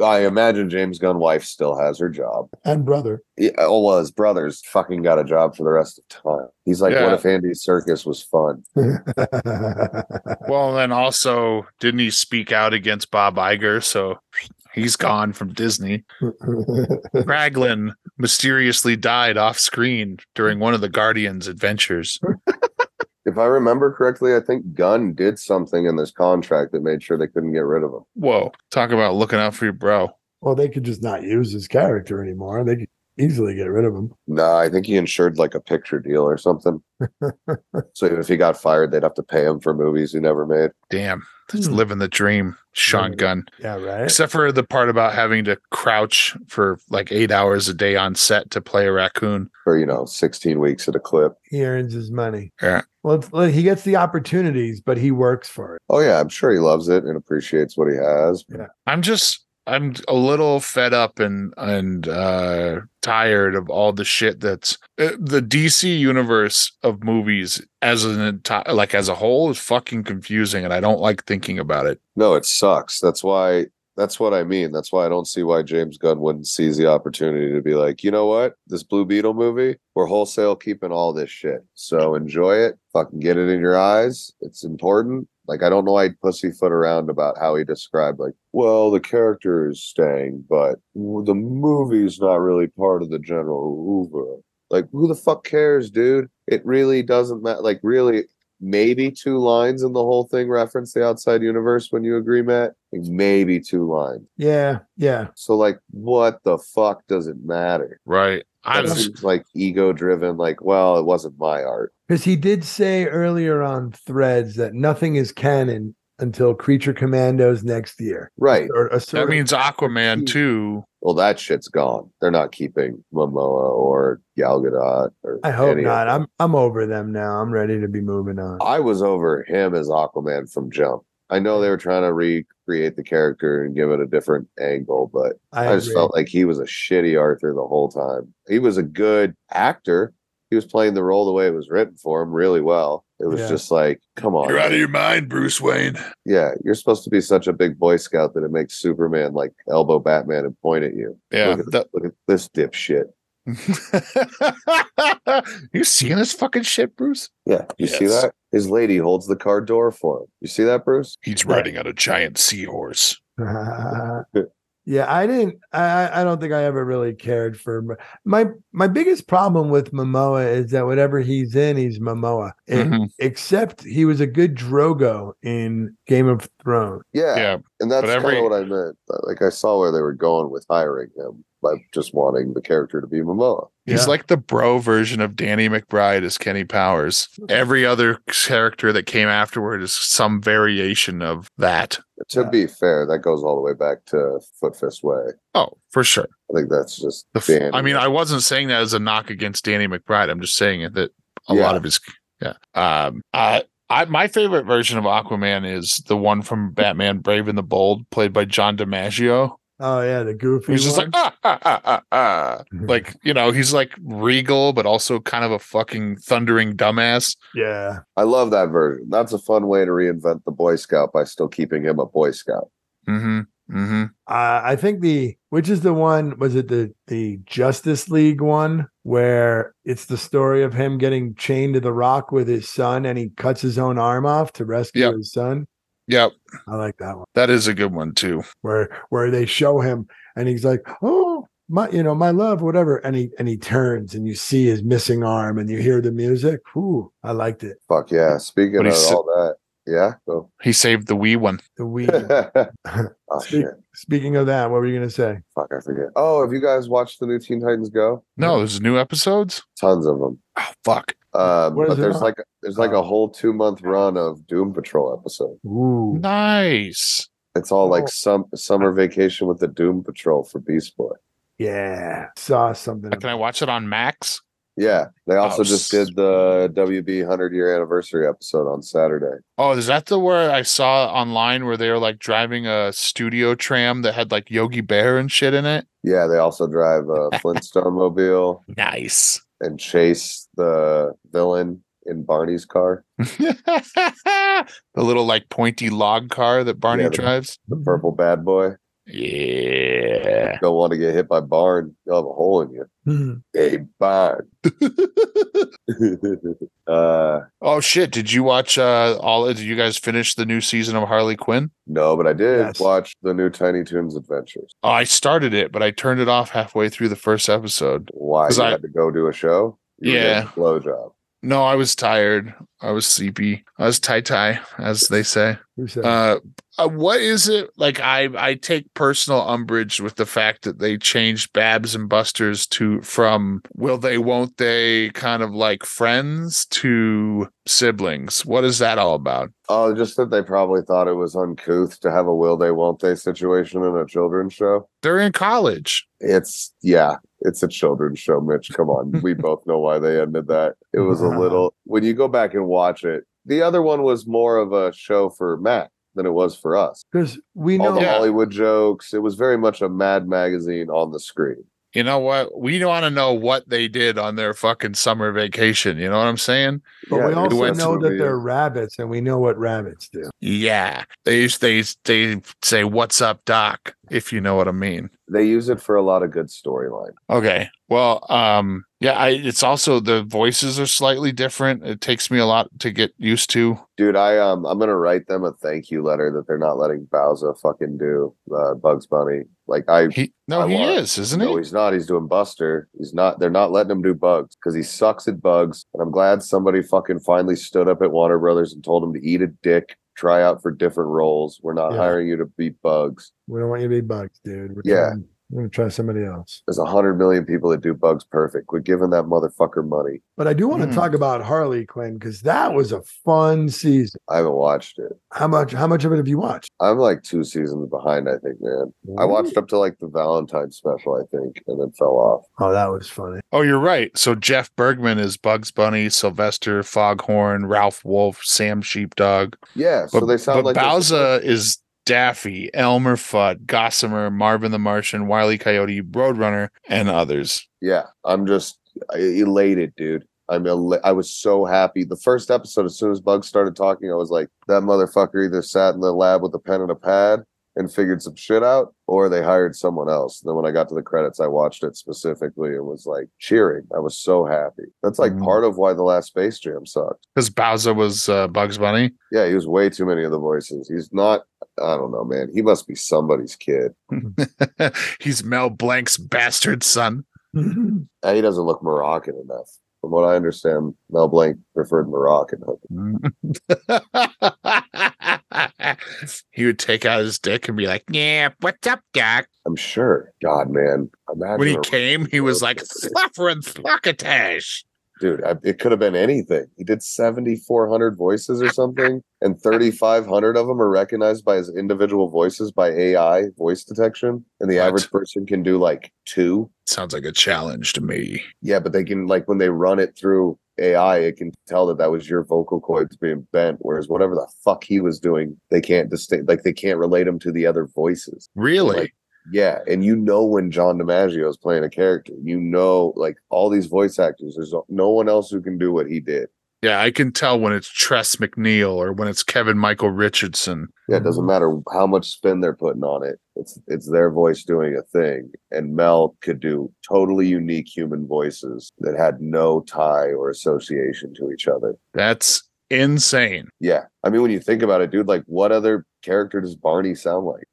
S6: I imagine James Gunn wife still has her job.
S7: and brother.
S6: Yeah, oh well, his brother's fucking got a job for the rest of time. He's like,
S5: Yeah.
S6: what if Andy's circus was fun?
S5: well then also didn't he speak out against bob Iger so he's gone from disney Kraglin mysteriously died off screen during one of the guardians adventures
S6: If I remember correctly, I think Gunn did something in this contract that made sure they couldn't get rid of him.
S5: whoa talk about looking out for your bro
S7: well, they could just not use his character anymore. They could easily get rid of him.
S6: Nah, I think he insured like a picture deal or something. so if he got fired, they'd have to pay him for movies he never made.
S5: damn he's
S7: Hmm.
S5: living the dream sean
S7: Living-
S5: gunn
S7: Yeah, right.
S5: except for the part about having to crouch for like eight hours a day on set to play a raccoon.
S6: For you know, sixteen weeks at a clip.
S7: he earns his money.
S5: Yeah.
S7: Well, it's- well, he gets the opportunities, but he works for it.
S6: Oh yeah, I'm sure he loves it and appreciates what he has.
S5: I'm just I'm a little fed up and and uh tired of all the shit that's uh, the DC universe of movies as an entire like as a whole is fucking confusing and I don't like thinking about it.
S6: No, it sucks. That's why. That's what I mean. That's why I don't see why James Gunn wouldn't seize the opportunity to be like, you know what, this Blue Beetle movie, we're wholesale keeping all this shit. So enjoy it. Fucking get it in your eyes. It's important. Like I don't know why he'd pussyfoot around about how he described like, well, the character is staying, but w- the movie's not really part of the general oeuvre. Like, who the fuck cares, dude? It really doesn't matter. Like, really, maybe two lines in the whole thing reference the outside universe when you agree, Matt. Like maybe two lines.
S7: Yeah, yeah.
S6: So like what the fuck does it matter?
S5: Right. I
S6: That
S5: was,
S6: seems, like ego driven, like, well, it wasn't my art.
S7: Because he did say earlier on threads that nothing is canon until Creature Commandos next year.
S6: Right.
S7: Or a sort
S5: that
S7: of-
S5: means Aquaman
S7: Hmm.
S5: too.
S6: Well, that shit's gone. They're not keeping Momoa or Gal Gadot or
S7: I hope
S6: any of
S7: not.
S6: them.
S7: I'm I'm over them now. I'm ready to be moving on.
S6: I was over him as Aquaman from Jump. I know they were trying to recreate the character and give it a different angle, but I, just
S7: agree.
S6: felt like he was a shitty Arthur the whole time. He was a good actor. He was playing the role the way it was written for him really well. It was
S7: Yeah.
S6: just like, come on.
S5: of your mind, Bruce Wayne.
S6: Yeah, you're supposed to be such a big Boy Scout that it makes Superman like elbow Batman and point at you.
S5: Yeah.
S6: Look at,
S5: that-
S6: look at this dipshit.
S5: you seeing this fucking shit, Bruce?
S6: Yeah, you see
S5: Yes.
S6: that? His lady holds the car door for him. You see that, Bruce?
S5: He's riding on a giant seahorse.
S7: yeah, I didn't. I I- I don't think I ever really cared for M- my my biggest problem with Momoa is that whatever he's in, he's Momoa. E-
S6: Mm-hmm.
S5: Mhm.
S7: Except he was a good Drogo in Game of Thrones.
S6: Yeah.
S5: Yeah.
S6: And that's
S5: But every-
S6: kind of what I meant. Like I saw where they were going with hiring him by just wanting the character to be Momoa.
S5: He's
S7: Yeah.
S5: like the bro version of Danny McBride as Kenny Powers. Every other character that came afterward is some variation of that.
S6: To
S7: Yeah.
S6: be fair, that goes all the way back to Foot Fist Way.
S5: Oh, for sure.
S6: I think that's just
S5: The f-
S6: Danny.
S5: I mean, I wasn't saying that as a knock against Danny McBride. I'm just saying it that a
S6: Yeah.
S5: lot of his yeah. Um I I my favorite version of Aquaman is the one from Batman Brave and the Bold, played by John DiMaggio.
S7: Oh yeah, the goofy.
S5: He's just like
S7: one.
S5: ah, ah, ah, ah, ah.
S6: "Oh,"
S5: like you know, he's like regal, but also kind of a fucking thundering dumbass.
S7: yeah,
S6: I love that version. That's a fun way to reinvent the Boy Scout by still keeping him a Boy Scout.
S5: Mm-hmm. Mm-hmm.
S7: uh, I think the which is the one was it the the Justice League one where it's the story of him getting chained to the rock with his son and he cuts his own arm off to rescue
S5: Yep.
S7: his son.
S5: Yep.
S7: I like that one
S5: That is a good one too.
S7: where where they show him and he's like, oh my, you know my love, whatever, and he and he turns and you see his missing arm and you hear the music. Ooh, I liked it.
S6: Fuck yeah. Speaking
S5: But
S6: of
S5: he's-
S6: all that. Yeah. Go.
S5: He saved the wee one.
S7: The we.
S6: oh shit.
S7: Speaking of that, what were you gonna say?
S6: Fuck, I forget. Oh, have you guys watched the new Teen Titans Go?
S5: No, there's new episodes.
S6: Tons of them.
S5: Oh fuck.
S6: Um,
S7: What is
S6: but
S7: it
S6: there's
S7: on?
S6: like there's like
S7: Oh.
S6: a whole two month run of Doom Patrol episodes.
S7: Ooh,
S5: Nice.
S6: It's all
S7: Oh.
S6: like some summer vacation with the Doom Patrol for Beast Boy.
S7: yeah, saw something.
S5: Can I watch it on Max?
S6: Yeah, they also
S5: Oh,
S6: just
S5: s-
S6: did the WB hundred year anniversary episode on Saturday.
S5: Oh, is that the where I saw online where they were like driving a studio tram that had like Yogi Bear and shit in it?
S6: Yeah, they also drive a Flintstone mobile
S5: Nice.
S6: and chase the villain in Barney's car,
S5: the little like pointy log car that Barney
S6: Yeah, the-
S5: drives.
S6: the purple bad boy.
S5: Mm-hmm. Yeah.
S6: Don't want to get hit by Barn. You'll have a hole in you.
S7: Mhm.
S6: Hey, Barn. uh,
S5: Oh shit! Did you watch uh all? Did you guys finish the new season of Harley Quinn?
S6: no, but I did
S7: Yes.
S6: watch the new Tiny Toons Adventures.
S5: Oh, I started it, but I turned it off halfway through the first episode.
S6: Why
S5: 'Cause
S6: you
S5: I-
S6: had to go do a show? You were getting
S5: Yeah.
S6: a blowjob.
S5: No, I was tired. I was sleepy. I was tie tie, as they say.
S7: Who said?
S5: uh, uh, what is it like i i take personal umbrage with the fact that they changed babs and busters to from will they won't they kind of like friends to siblings what is that all about
S6: Oh, just that they probably thought it was uncouth to have a will they won't they situation in a children's show.
S5: they're in college
S6: It's yeah, it's a children's show, Mitch. Come on, we both know why they ended that. It was a little when you go back and watch it. The other one was more of a show for Matt than it was for us.
S7: Because we
S6: All
S7: know
S6: the
S5: Yeah.
S6: Hollywood jokes. It was very much a Mad magazine on the screen.
S5: you know what we want to know what they did on their fucking summer vacation you know what i'm saying
S7: But we
S6: Yeah,
S7: also
S5: went
S6: that's
S7: know
S6: what
S7: that
S6: we-
S7: they're rabbits, and we know what rabbits do.
S5: yeah they they they say what's up doc if you know what I mean.
S6: They use it for a lot of good storyline.
S5: Okay. Well, um, yeah, I it's also the voices are slightly different. It takes me a lot to get used to.
S6: Dude, I um I'm gonna write them a thank you letter that they're not letting Bowser fucking do uh, Bugs Bunny. Like I
S5: He no,
S6: I
S5: he
S6: want-
S5: is, isn't
S6: no,
S5: he?
S6: he's not. He's doing Buster. He's not. They're not letting him do Bugs because he sucks at Bugs. And I'm glad somebody fucking finally stood up at Warner Brothers and told him to eat a dick, try out for different roles. We're not
S7: Yeah.
S6: hiring you to be Bugs.
S7: We don't want you to be bugged, dude. We're
S6: Yeah.
S7: trying- we're gonna try somebody else.
S6: There's a hundred million people that do Bugs perfect. We're giving that motherfucker money.
S7: But I do want to
S6: Mm.
S5: Hmm.
S7: talk about Harley Quinn because that was a fun season.
S6: I haven't watched it.
S7: How much? How much of it have you watched?
S6: I'm like two seasons behind. I think, man. I watched up to like the Valentine special, I think, and then fell off.
S7: Oh, that was funny.
S5: Oh, you're right. So Jeff Bergman is Bugs Bunny, Sylvester Foghorn, Ralph Wolf, Sam Sheepdog.
S6: Yeah, so they sound like
S5: but
S6: they're
S5: Bowser is Daffy, Elmer Fudd, Gossamer, Marvin the Martian, Wiley Coyote, Roadrunner, and others.
S6: yeah i'm just elated dude i'm el- i was so happy the first episode as soon as bugs started talking i was like that motherfucker either sat in the lab with a pen and a pad and figured some shit out or they hired someone else then when i got to the credits i watched it specifically and was like cheering i was so happy that's like
S5: Mhm.
S6: part of why the last space jam sucked
S5: Because Bowser was uh, Bugs Bunny.
S6: yeah he was way too many of the voices he's not i don't know man he must be somebody's kid
S5: He's Mel Blanc's bastard son.
S6: and he doesn't look moroccan enough from what i understand mel blanc preferred moroccan
S5: Mm. he would take out his dick and be like, "Yeah, what's up, Doc?"
S6: I'm sure. God, man. Imagine
S5: When he
S6: a-
S5: came, he was like, "Fluffer and Flockatash."
S6: dude, I, it could have been anything. He did 7,400 voices or something, and 3,500 of them are recognized by his individual voices by AI voice detection. And the
S5: What?
S6: average person can do like two.
S5: Sounds like a challenge to me.
S6: Yeah, but they can, like, when they run it through AI, it can tell that that was your vocal cords being bent. Whereas whatever the fuck he was doing, they can't distinct, like, they can't relate him to the other voices.
S5: Really?
S6: Like, Yeah, and you know when John DiMaggio is playing a character, you know, like all these voice actors, there's no one else who can do what he did.
S5: yeah, I can tell when it's Tress McNeil or when it's Kevin Michael Richardson.
S6: Yeah, it doesn't matter how much spin they're putting on it. It's it's their voice doing a thing, and Mel could do totally unique human voices that had no tie or association to each other.
S5: That's insane.
S6: Yeah, I mean when you think about it, dude, like what other character does Barney sound like?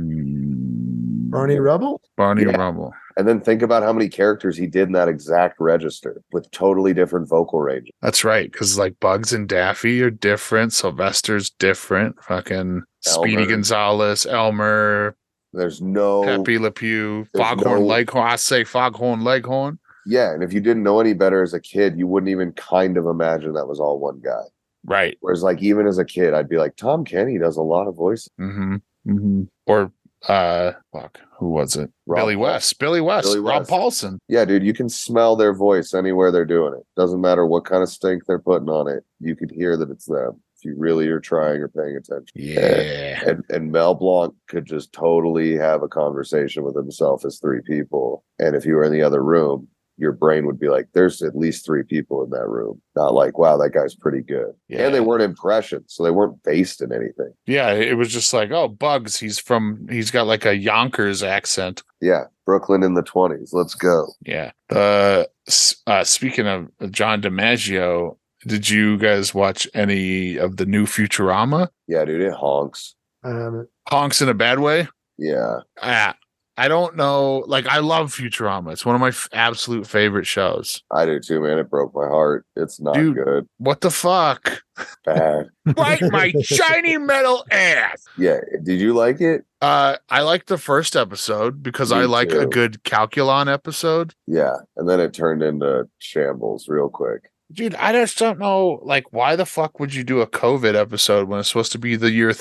S5: Mm.
S7: Barney Rubble.
S5: Barney
S6: Yeah.
S5: Rumble.
S6: And then think about how many characters he did in that exact register with totally different vocal ranges.
S5: That's right, because like Bugs and Daffy are different. Sylvester's different. Fucking Speedy
S6: Elmer.
S5: Gonzalez, Elmer,
S6: There's no
S5: Pepe Le Pew,
S6: there's
S5: Foghorn
S6: no-
S5: Leghorn. I say Foghorn Leghorn.
S6: Yeah, and if you didn't know any better as a kid, you wouldn't even kind of imagine that was all one guy.
S5: Right.
S6: Whereas, like, even as a kid, I'd be like, Tom Kenny does a lot of voices.
S5: Mm-hmm. mm-hmm. Or uh, fuck, who was it?
S6: Rob
S5: Billy
S6: Paul-
S5: West. Billy West.
S6: Billy
S5: Rob
S6: West.
S5: Paulson.
S6: Yeah, dude, you can smell their voice anywhere they're doing it. Doesn't matter what kind of stink they're putting on it, you could hear that it's them if you really are trying or paying attention.
S5: Yeah.
S6: And, and Mel Blanc could just totally have a conversation with himself as three people. And if you were in the other room, your brain would be like, there's at least three people in that room. Not like, wow, that guy's pretty good.
S5: Yeah.
S6: And they weren't impressions, so they weren't based in anything.
S5: yeah. It was just like, oh, Bugs. He's from. He's got like a Yonkers accent.
S6: Yeah, Brooklyn in the twenties. Let's go.
S5: Yeah. Uh, s- uh speaking of John DiMaggio, did you guys watch any of the new Futurama?
S6: Yeah, dude, it honks.
S7: I haven't.
S5: Honks in a bad way?
S6: Yeah,
S5: Ah, I don't know. Like I love Futurama. It's one of my f- absolute favorite shows.
S6: I do too, man. It broke my heart. It's not
S5: Dude.
S6: good.
S5: What the fuck?
S6: Bad.
S5: Right, my shiny metal ass.
S6: yeah. Did you like it?
S5: Uh, I like the first episode because
S6: Me
S5: I like a
S6: too.
S5: good Calculon episode.
S6: Yeah. And then it turned into shambles real quick.
S5: Dude, I just don't know. Like, why the fuck would you do a COVID episode when it's supposed to be the year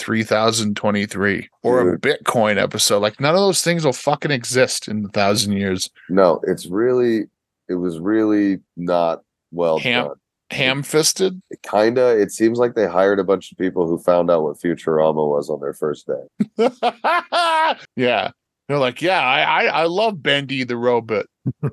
S5: 3023 or a Bitcoin episode? Like, none of those things will fucking exist in a thousand years.
S6: No, it's really it was really not well
S5: Ham-
S6: done.
S5: Ham fisted?
S6: It kinda it seems like they hired a bunch of people who found out what Futurama was on their first day.
S5: yeah. They're like, yeah, I I, I love Bendy the robot.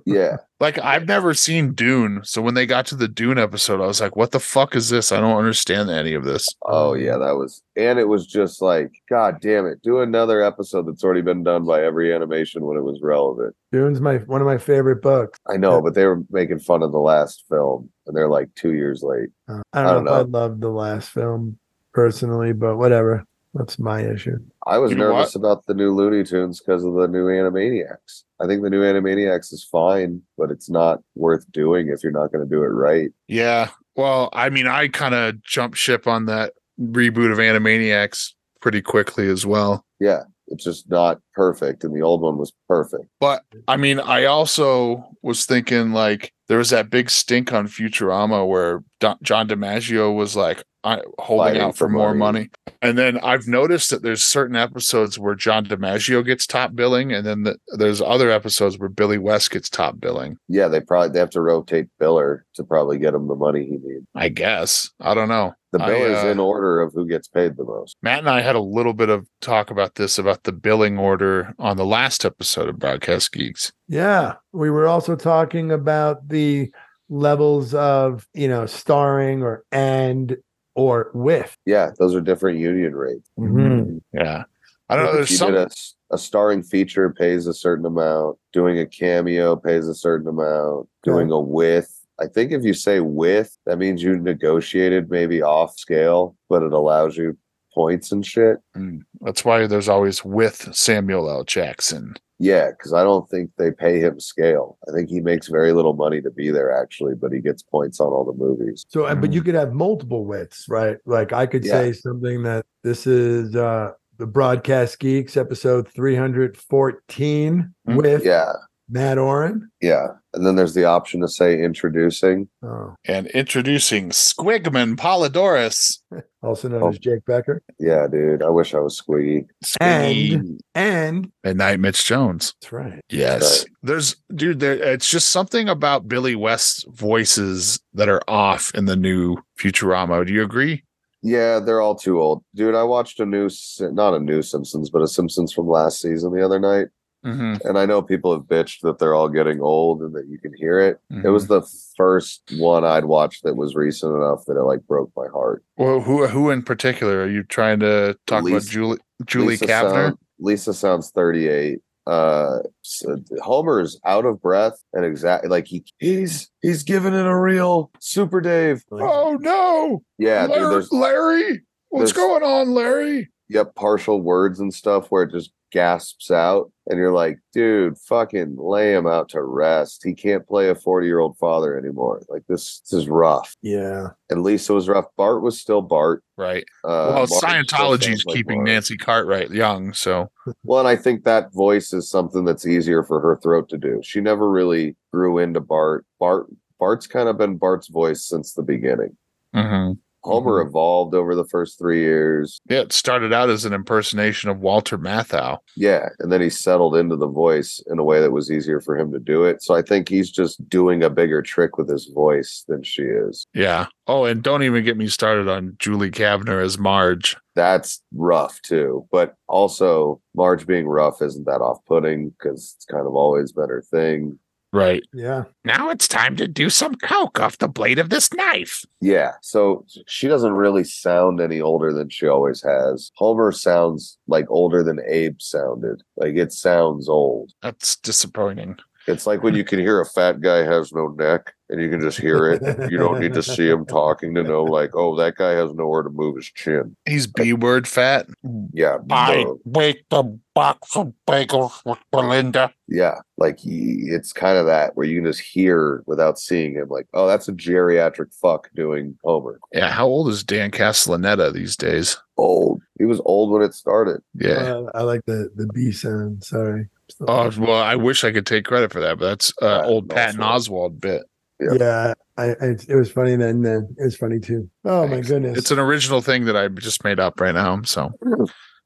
S6: Yeah.
S5: Like I've never seen Dune, so when they got to the Dune episode, I was like, "What the fuck is this? I don't understand any of this."
S6: Oh yeah, that was and it was just like, God damn it, do another episode that's already been done by every animation when it was relevant.
S7: Dune's my one of my favorite books.
S6: I know,
S7: Yeah.
S6: but they were making fun of the last film and they're like two years late.
S7: Uh, I don't know if I loved the last film personally, but whatever. That's my issue.
S6: I was
S5: You know
S6: nervous about the new Looney Tunes because of the new Animaniacs. I think the new Animaniacs is fine, but it's not worth doing if you're not going to do it right.
S5: Yeah. Well, I mean, I kind of jumped ship on that reboot of Animaniacs pretty quickly as well.
S6: Yeah, it's just not perfect. And the old one was perfect.
S5: But I mean, I also was thinking like there was that big stink on Futurama where Don- John DiMaggio was like I, holding
S6: Fighting
S5: out for,
S6: for
S5: more money.
S6: money.
S5: And then I've noticed that there's certain episodes where John DiMaggio gets top billing, and then the, there's other episodes where Billy West gets top billing.
S6: Yeah, they probably they have to rotate Biller to probably get him the money he needs.
S5: I guess I don't know.
S6: The
S5: I,
S6: bill is
S5: uh,
S6: in order of who gets paid the most.
S5: Matt and I had a little bit of talk about this about the billing order on the last episode of Broadcast Geeks.
S7: Yeah. We were also talking about the levels of, you know, starring or and or with.
S6: Yeah, those are different union rates.
S7: Mm-hmm.
S5: Yeah, I don't know.
S6: If
S5: There's
S6: you
S5: some
S6: did a, s- a starring feature pays a certain amount. Doing a cameo pays a certain amount. Doing a with. I think if you say with, that means you negotiated maybe off scale, but it allows you points and shit.
S5: Mm. That's why there's always with Samuel L. Jackson.
S6: Yeah, because I don't think they pay him scale. I think he makes very little money to be there actually, but he gets points on all the movies.
S7: So, uh, but you could have multiple widths, right? Like I could
S6: Mm-hmm. Yeah.
S7: say something that this is uh the Broadcast Geeks episode 314
S5: Mm,
S7: with
S6: Mm-hmm. Yeah,
S7: Matt Oren.
S6: yeah. And then there's the option to say introducing.
S7: Oh,
S5: And introducing Squigman Polydorus.
S7: also known
S6: Oh.
S7: as Jake Becker.
S6: Yeah, dude. I wish I was squeaky.
S5: Squiggy.
S7: And
S5: and Night Mitch Jones.
S7: that's right.
S5: Yes. There's dude, there it's just something about Billy West's voices that are off in the new Futurama. Do you agree?
S6: Yeah, they're all too old, dude. I watched a new, Si- not a new Simpsons, but a Simpsons from last season the other night,
S5: Mm-hmm.
S6: and I know people have bitched that they're all getting old and that you can hear it. It was the first one I'd watched that was recent enough that it like broke my heart.
S5: well, who who in particular are you trying to talk about
S6: Lisa-
S5: Julie Julie
S6: Lisa
S5: Kavner?
S6: sound- Lisa sounds thirty-eight. Uh, s- Homer's out of breath and exactly like he he's he's giving it a real Super Dave.
S5: Oh no.
S6: Yeah,
S5: Lar-
S6: dude. There's
S5: Larry. What's
S6: there's-
S5: going on, Larry?
S6: yep partial words and stuff where it just gasps out and you're like dude fucking lay him out to rest he can't play a 40 year old father anymore like this, this is rough
S7: Yeah.
S6: and lisa was rough bart was still bart
S5: Right.
S6: uh,
S5: well,
S6: Marge still
S5: Scientology
S6: sounds
S5: is
S6: like
S5: keeping
S6: Marge.
S5: Nancy Cartwright young, so
S6: Well, and I think that voice is something that's easier for her throat to do. She never really grew into Bart. Bart Bart's kind of been Bart's voice since the beginning.
S5: Mm-hmm.
S6: Homer evolved over the first three years.
S5: yeah, it started out as an impersonation of Walter Matthau.
S6: Yeah, and then he settled into the voice in a way that was easier for him to do it. So I think he's just doing a bigger trick with his voice than she is.
S5: Yeah. Oh, and don't even get me started on Julie Kavner as Marge.
S6: That's rough too. But also, Marge being rough isn't that off-putting because it's kind of always been her thing.
S5: Right.
S7: Yeah.
S5: Now it's time to do some coke off the blade of this knife.
S6: Yeah, so she doesn't really sound any older than she always has. Homer sounds like older than Abe sounded. Like it sounds old.
S5: That's disappointing.
S6: It's like when you can hear a fat guy has no neck and you can just hear it. You don't need to see him talking to know, like, oh, that guy has nowhere to move his chin.
S5: He's B word fat.
S6: Yeah. no.
S5: baked a box of bagels with Belinda.
S6: Yeah. Like, he, it's kind of that where you can just hear without seeing him, like, oh, that's a geriatric fuck doing Homer.
S5: Yeah. How old is Dan Castellaneta these days?
S6: Old. He was old when it started.
S5: Yeah.
S7: Uh, I like the the B sound. Sorry. Still-
S5: Oh well, I wish I could take credit for that, but that's uh,
S6: Patton
S5: old Patton Oswald
S6: Oswalt.
S5: bit.
S6: yeah.
S7: yeah. I, I it was funny then. Then it was funny too. Oh
S5: Thanks.
S7: my goodness.
S5: It's an Hmm. original thing that I just made up right now. So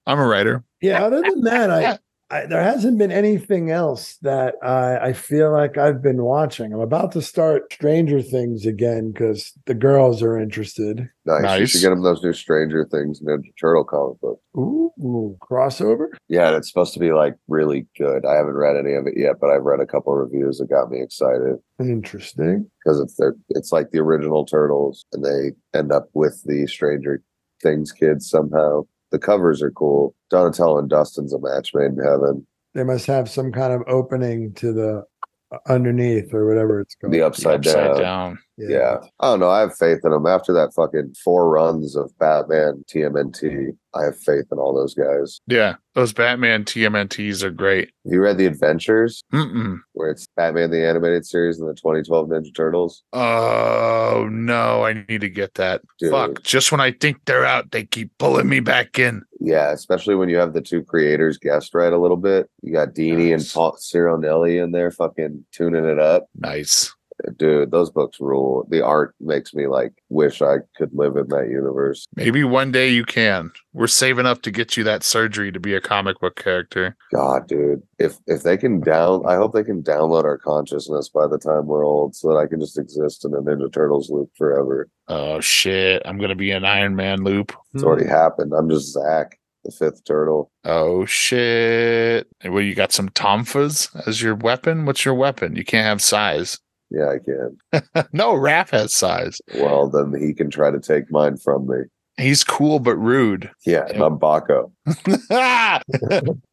S5: I'm a writer.
S7: yeah. Other than that, I I, there hasn't been anything else that I, I feel like I've been watching. I'm about to start Stranger Things again because the girls are interested.
S6: Nice. You
S5: Nice.
S6: should get him those new Stranger Things Ninja Turtle comic book.
S7: Ooh, crossover.
S6: Yeah, and it's supposed to be like really good. I haven't read any of it yet, but I've read a couple of reviews that got me excited
S7: Interesting.
S6: because it's their it's like the original Turtles, and they end up with the Stranger Things kids somehow. The covers are cool. Donatello and Dustin's a match made in heaven.
S7: They must have some kind of opening to the uh, underneath or whatever it's called.
S6: Oh, The upside,
S5: upside
S6: down.
S5: down.
S6: Yeah. I don't know. I have faith in them. After that fucking four runs of Batman TMNT, I have faith in all those guys.
S5: Yeah, those Batman TMNTs are great.
S6: Have you read The Adventures,
S5: Mm-mm.
S6: where it's Batman the animated series and the 2012 Ninja Turtles?
S5: Oh no, I need to get that.
S6: Dude.
S5: Fuck. Just when I think they're out, they keep pulling me back in.
S6: Yeah, especially when you have the two creators guest right a little bit. You got Dini and
S5: Nice.
S6: Paul Cironelli in there fucking tuning it up.
S5: Nice.
S6: Dude, those books rule. The art makes me like wish I could live in that universe.
S5: Maybe one day you can. We're saving up to get you that surgery to be a comic book character.
S6: God, dude. If if they can down I hope they can download our consciousness by the time we're old so that I can just exist in a Ninja Turtles loop forever.
S5: Oh shit, I'm gonna be an Iron Man loop.
S6: It's already happened. I'm just Zach, the fifth turtle.
S5: Oh shit. Well, you got some tomfas as your weapon? What's your weapon? You can't have size.
S6: Yeah, I can.
S5: no, Raph has size.
S6: Well, then he can try to take mine from me.
S5: He's cool but rude.
S6: Yeah, and I'm Baco.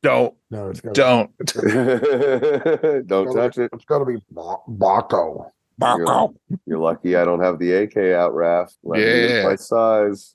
S5: don't,
S7: No, it's gotta,
S5: don't.
S6: Don't touch it.
S7: it's gotta be Ba- Baco.
S6: You're, you're lucky I don't have the AK out, Raph. Let me use
S5: Yeah.
S6: my size.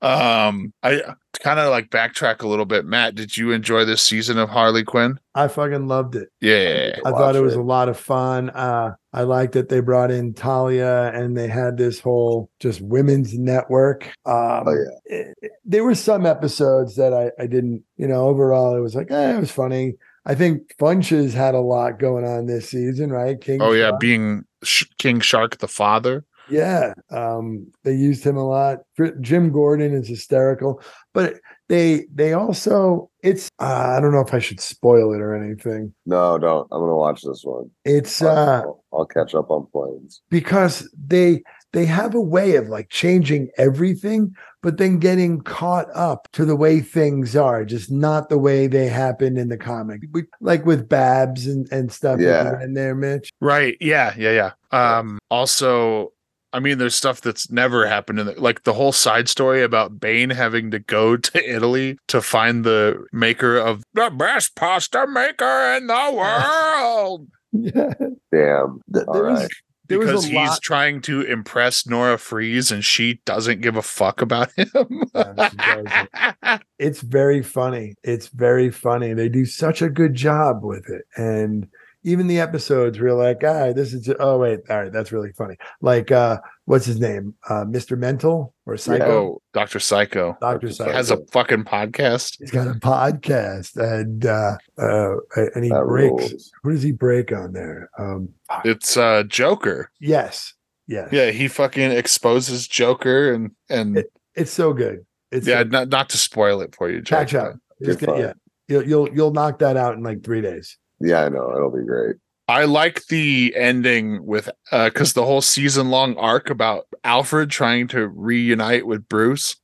S5: um, I kind of like backtrack a little bit. Matt, did you enjoy this season of Harley Quinn?
S7: I fucking loved it.
S5: Yeah.
S7: I thought
S6: Watch
S7: it was
S6: it.
S7: a lot of fun. Uh, I like that they brought in Talia and they had this whole just women's network. Um,
S6: Oh,
S7: it- it- there were some episodes that I, I didn't, you know, overall, it was like, eh, it was funny. I think Funches had a lot going on this season, right? King
S5: Oh yeah,
S7: Shark.
S5: being Sh- King Shark the father.
S7: Yeah, um, they used him a lot. Fr- Jim Gordon is hysterical, but they they also it's uh, I don't know if I should spoil it or anything.
S6: No, don't. I'm gonna watch this one.
S7: It's
S6: I'll-
S7: uh,
S6: I'll, I'll catch up on planes.
S7: because they they have a way of like changing everything, but then getting caught up to the way things are, just not the way they happened in the comic. We- Like with Babs and and stuff.
S6: Yeah.
S7: in there, Mitch.
S5: Right. Yeah. Yeah. Yeah. Um, also, I mean, there's stuff that's never happened in the, like the whole side story about Bane having to go to Italy to find the maker of the best pasta maker in the world
S7: Yeah,
S6: Damn. All
S7: there was-
S6: right.
S7: there was a
S5: because he's
S7: lot-
S5: trying to impress Nora Freeze and she doesn't give a fuck about him.
S7: Yeah, she doesn't. it's very funny. It's very funny. They do such a good job with it. And even the episodes were like, all right, this is oh wait, all right, that's really funny. Like uh what's his name? Uh Mr. Mental or Psycho?
S5: oh, Dr. Psycho
S7: Dr.
S6: Psycho.
S7: Psycho.
S5: has a fucking podcast.
S7: He's got a podcast and uh uh and he
S6: That
S7: breaks
S6: rules.
S7: what does he break on there? Um fuck.
S5: It's uh Joker.
S7: yes. Yes.
S5: Yeah, he fucking exposes Joker and and
S7: It's so good. It's
S5: yeah,
S7: so-
S5: not not to spoil it for you, Jack.
S7: catch up.
S6: You're
S7: Just get-
S6: fine.
S7: yeah. You'll you'll you'll knock that out in like three days.
S6: Yeah, I know. It'll be great.
S5: I like the ending with uh because the whole season long arc about Alfred trying to reunite with Bruce.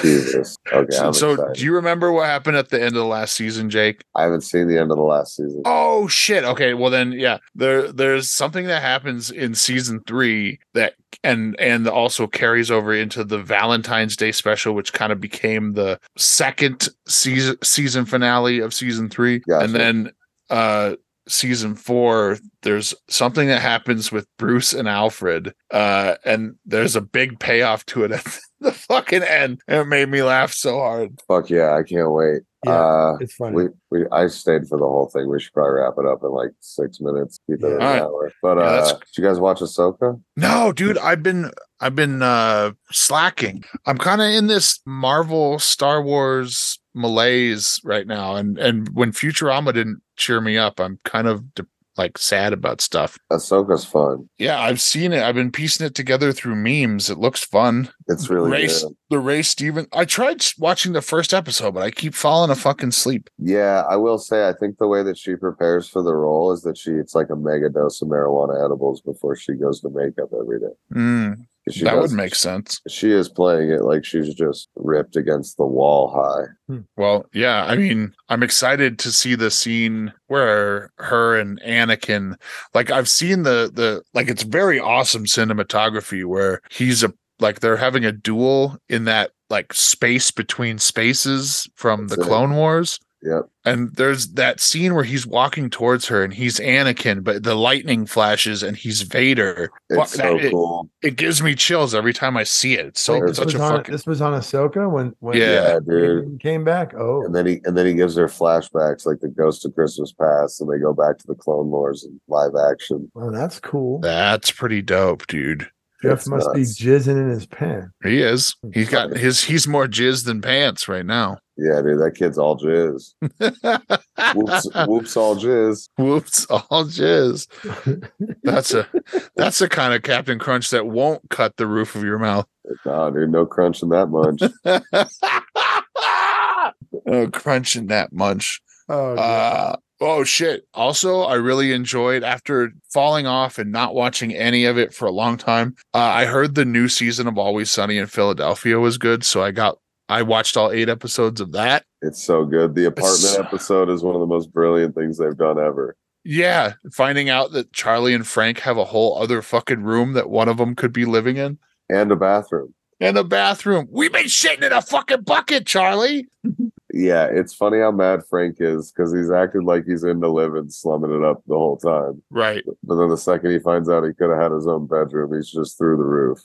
S6: Jesus. Okay.
S5: so
S6: I'm
S5: so
S6: excited.
S5: do you remember what happened at the end of the last season, Jake?
S6: I haven't seen the end of the last season.
S5: Oh shit. Okay, well then yeah. There there's something that happens in season 3 that and and also carries over into the Valentine's Day special which kind of became the second season season finale of season 3
S6: Gotcha.
S5: and then uh season 4 there's something that happens with Bruce and Alfred uh and there's a big payoff to it at the fucking end. It made me laugh so hard.
S6: Fuck yeah! I can't wait.
S7: Yeah,
S6: uh,
S7: It's funny.
S6: we, we I stayed for the whole thing. We should probably wrap it up in like six minutes. Keep it
S7: Yeah.
S6: an
S5: All right.
S6: hour. But
S5: Yeah,
S6: uh,
S5: that's-
S6: did you guys watch Ahsoka?
S5: No, dude, I've been I've been uh slacking. I'm kind of in this Marvel Star Wars malaise right now and and when Futurama didn't cheer me up, I'm kind of de- like sad about stuff.
S6: Ahsoka's fun.
S5: Yeah, I've seen it. I've been piecing it together through memes. It looks fun.
S6: It's really
S5: Race
S6: good.
S5: the Ray Steven. I tried s- watching the first episode, but I keep falling a fucking sleep.
S6: Yeah, I will say I think the way that she prepares for the role is that she it's like a mega dose of marijuana edibles before she goes to makeup every day.
S5: Mm,
S6: 'Cause She
S5: that would
S6: does-
S5: make sense.
S6: She is playing it like she's just ripped against the wall high.
S5: Well, yeah, I mean, I'm excited to see the scene where her and Anakin like I've seen the the like it's very awesome cinematography where he's a like they're having a duel in that like space between spaces from
S6: That's
S5: the
S6: it.
S5: Clone Wars.
S6: Yep.
S5: And there's that scene where he's walking towards her and he's Anakin, but the lightning flashes and he's Vader. Fuck,
S6: It's so
S5: that- it,
S6: cool.
S5: it gives me chills every time I see it. It's so
S6: Wait,
S7: this,
S5: such
S7: was
S5: a
S7: on,
S5: fucking
S7: this was on Ahsoka when, when
S5: Yeah.
S6: yeah, dude.
S7: Aiden came back. Oh,
S6: And then he and then he gives her flashbacks like the Ghost of Christmas Past, and they go back to the Clone Wars and live action.
S7: well, oh, that's cool.
S5: that's pretty dope, dude.
S7: Jeff
S6: It's
S7: must be
S6: nuts.
S7: jizzing in his pants.
S5: He is. He's got
S6: Right.
S5: his. He's more jizz than pants right now.
S6: Yeah, dude, that kid's all jizz. Whoops, whoops, all jizz.
S5: Whoops! All jizz. That's a. That's the kind of Captain Crunch that won't cut the roof of your mouth.
S6: Nah, dude, no crunching that much.
S5: oh, crunching that munch.
S7: Oh, yeah.
S5: Uh, oh shit! Also, I really enjoyed after falling off and not watching any of it for a long time. Uh, I heard the new season of Always Sunny in Philadelphia was good, so I got. I watched all eight episodes of that.
S6: It's so good. The apartment
S5: It's-
S6: episode is one of the most brilliant things they've done ever.
S5: Yeah, finding out that Charlie and Frank have a whole other fucking room that one of them could be living in
S6: And a bathroom.
S5: and a bathroom. We've been shitting in a fucking bucket, Charlie.
S6: Yeah, it's funny how mad Frank is because he's acted like he's into living, slumming it up the whole time.
S5: Right.
S6: But then the second he finds out he could have had his own bedroom, he's just through the roof.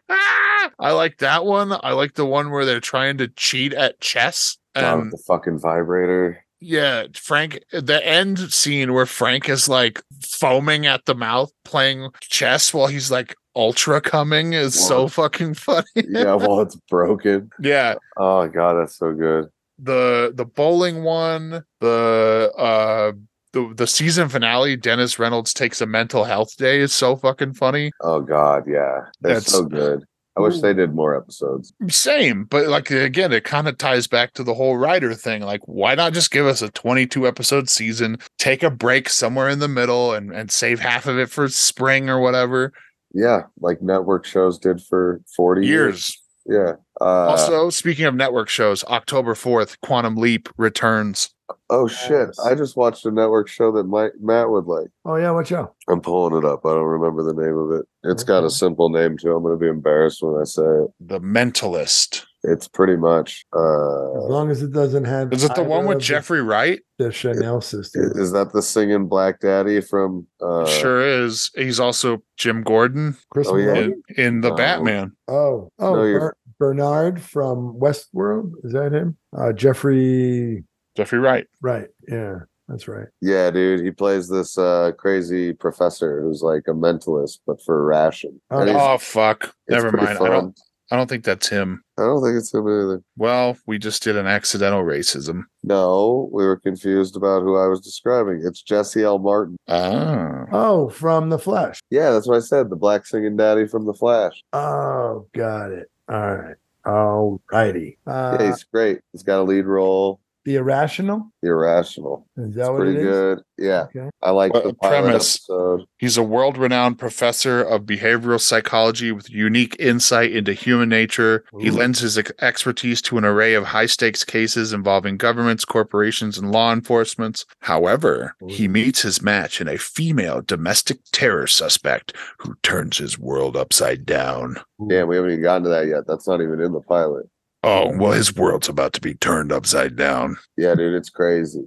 S5: I like that one. I like the one where they're trying to cheat at chess.
S6: Down
S5: And
S6: with the fucking vibrator.
S5: yeah, Frank, the end scene where Frank is like foaming at the mouth playing chess while he's like ultra coming is so
S6: Whoa.
S5: fucking funny.
S6: yeah, well, it's broken.
S5: Yeah.
S6: Oh god, that's so good.
S5: the the bowling one, the uh the the season finale, Dennis Reynolds takes a mental health day is so fucking funny.
S6: Oh god, yeah, they're
S5: That's-
S6: so good. I wish they did more episodes.
S5: Same, but like again, it kind of ties back to the whole writer thing. Like, why not just give us a 22 episode season, take a break somewhere in the middle and and save half of it for spring or whatever?
S6: Yeah, like network shows did for forty years.
S5: Years.
S6: Yeah. Uh,
S5: also, speaking of network shows, October 4th, Quantum Leap returns.
S6: oh shit, I just watched a network show that Mike, Matt would like.
S7: oh yeah, watch out.
S6: I'm pulling it up. I don't remember the name of it. It's got a
S7: Okay.
S6: simple name too. I'm gonna be embarrassed when I say it.
S5: The Mentalist.
S6: It's pretty much.
S7: As
S6: uh
S7: long as it doesn't have.
S5: Is it the one
S7: either
S5: with
S7: of the-
S5: Jeffrey Wright?
S7: The Chanel sisters.
S6: Is that the singing Black Daddy from? uh
S5: sure is. He's also Jim Gordon.
S7: Chris
S6: Oh, yeah.
S7: Maloney?
S5: in, in the
S6: Oh.
S5: Batman.
S7: Oh, oh,
S6: No, you're-
S7: Ber- Bernard from Westworld. Is that him? Uh, Jeffrey.
S5: Jeffrey Wright.
S7: Right. Yeah, that's right.
S6: Yeah, dude, he plays this uh, crazy professor who's like a mentalist, but for a ration.
S7: Oh,
S6: And he's-
S5: Oh fuck.
S6: it's
S5: Never
S6: pretty
S5: mind. I
S6: fun.
S5: don't I don't think that's him.
S6: I don't think it's him either.
S5: Well, we just did an accidental racism.
S6: No, we were confused about who I was describing. It's Jesse L. Martin.
S5: Oh.
S7: Oh, from The Flash.
S6: Yeah, that's what I said. The black singing daddy from The Flash.
S7: Oh, got it. All right. All righty. Uh,
S6: yeah, he's great. He's got a lead role.
S7: the Irrational.
S6: Irrational.
S7: Is that
S6: It's
S7: what it
S6: pretty
S7: is?
S6: good. Yeah,
S7: Okay.
S6: I like
S5: What
S6: the
S5: a
S6: pilot
S5: premise.
S6: episode.
S5: He's a world-renowned professor of behavioral psychology with unique insight into human nature. He
S7: Ooh.
S5: lends his ex- expertise to an array of high-stakes cases involving governments, corporations, and law enforcement. However, he meets his match in a female domestic terror suspect who turns his world upside down.
S6: Damn, we haven't even gotten to that yet. That's not even in the pilot.
S5: Oh, well, his world's about to be turned upside down.
S6: Yeah, dude, it's crazy.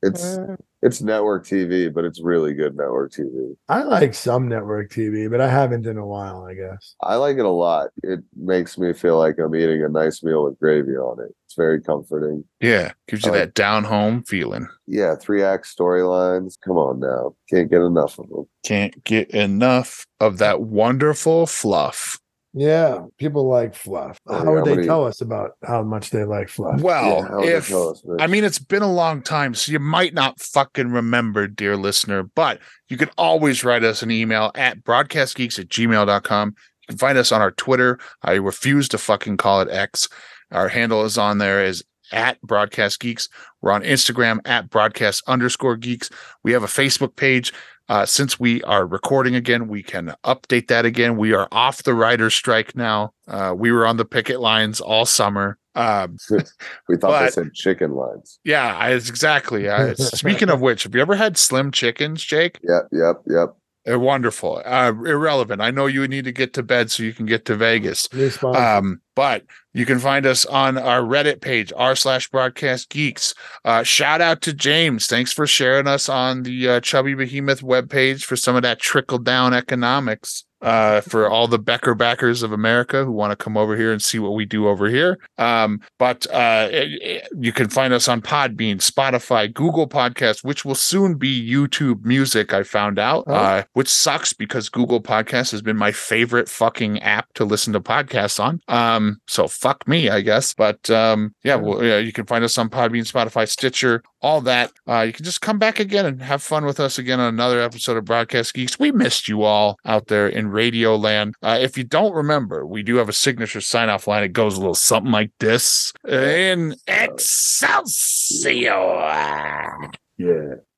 S6: It's it's network TV, but it's really good network TV.
S7: I like some network TV, but I haven't in a while, I guess.
S6: I like it a lot. It makes me feel like I'm eating a nice meal with gravy on it. It's very comforting.
S5: Yeah. Gives you
S6: Oh.
S5: that down home feeling.
S6: Yeah, three act storylines. Come on now. Can't get enough of them.
S5: Can't get enough of that wonderful fluff.
S7: Yeah, people like fluff.
S6: Oh,
S7: how
S6: yeah,
S7: would
S6: I'm
S7: they
S6: gonna-
S7: tell us about how much they like fluff?
S6: Uh, Yeah, how
S5: Well,
S6: would they
S5: if
S6: tell us, but-
S5: I mean, it's been a long time, so you might not fucking remember, dear listener, but you can always write us an email at broadcastgeeks at gmail.com. You can find us on our Twitter. I refuse to fucking call it X. Our handle is on there is at broadcast geeks. We're on Instagram at broadcast underscore geeks. We have a Facebook page. Uh, since we are recording again, we can update that again. We are off the writer's strike now. Uh, we were on the picket lines all summer. Um,
S6: we thought they
S5: but-
S6: said chicken lines.
S5: yeah, I, it's exactly. I, speaking of which, have you ever had slim chickens, Jake?
S6: Yep, yep, yep.
S5: They're wonderful. Uh, irrelevant. I know you need to get to bed so you can get to Vegas.
S7: New sponsor.
S5: Um, but you can find us on our Reddit page, r slash broadcast geeks. Uh, shout out to James. Thanks for sharing us on the uh, Chubby Behemoth webpage for some of that trickle down economics uh, for all the Becker backers of America who want to come over here and see what we do over here. Um, but uh, it- it- you can find us on Podbean, Spotify, Google Podcasts, which will soon be YouTube Music, I found out,
S7: Oh.
S5: uh, which sucks because Google Podcasts has been my favorite fucking app to listen to podcasts on. Um, so fuck me, I guess. But um, yeah, well, yeah, you can find us on Podbean, Spotify, Stitcher, all that. Uh, you can just come back again and have fun with us again on another episode of Broadcast Geeks. We missed you all out there in radio land. Uh, if you don't remember, we do have a signature sign off line. It goes a little something like this in Excelsior.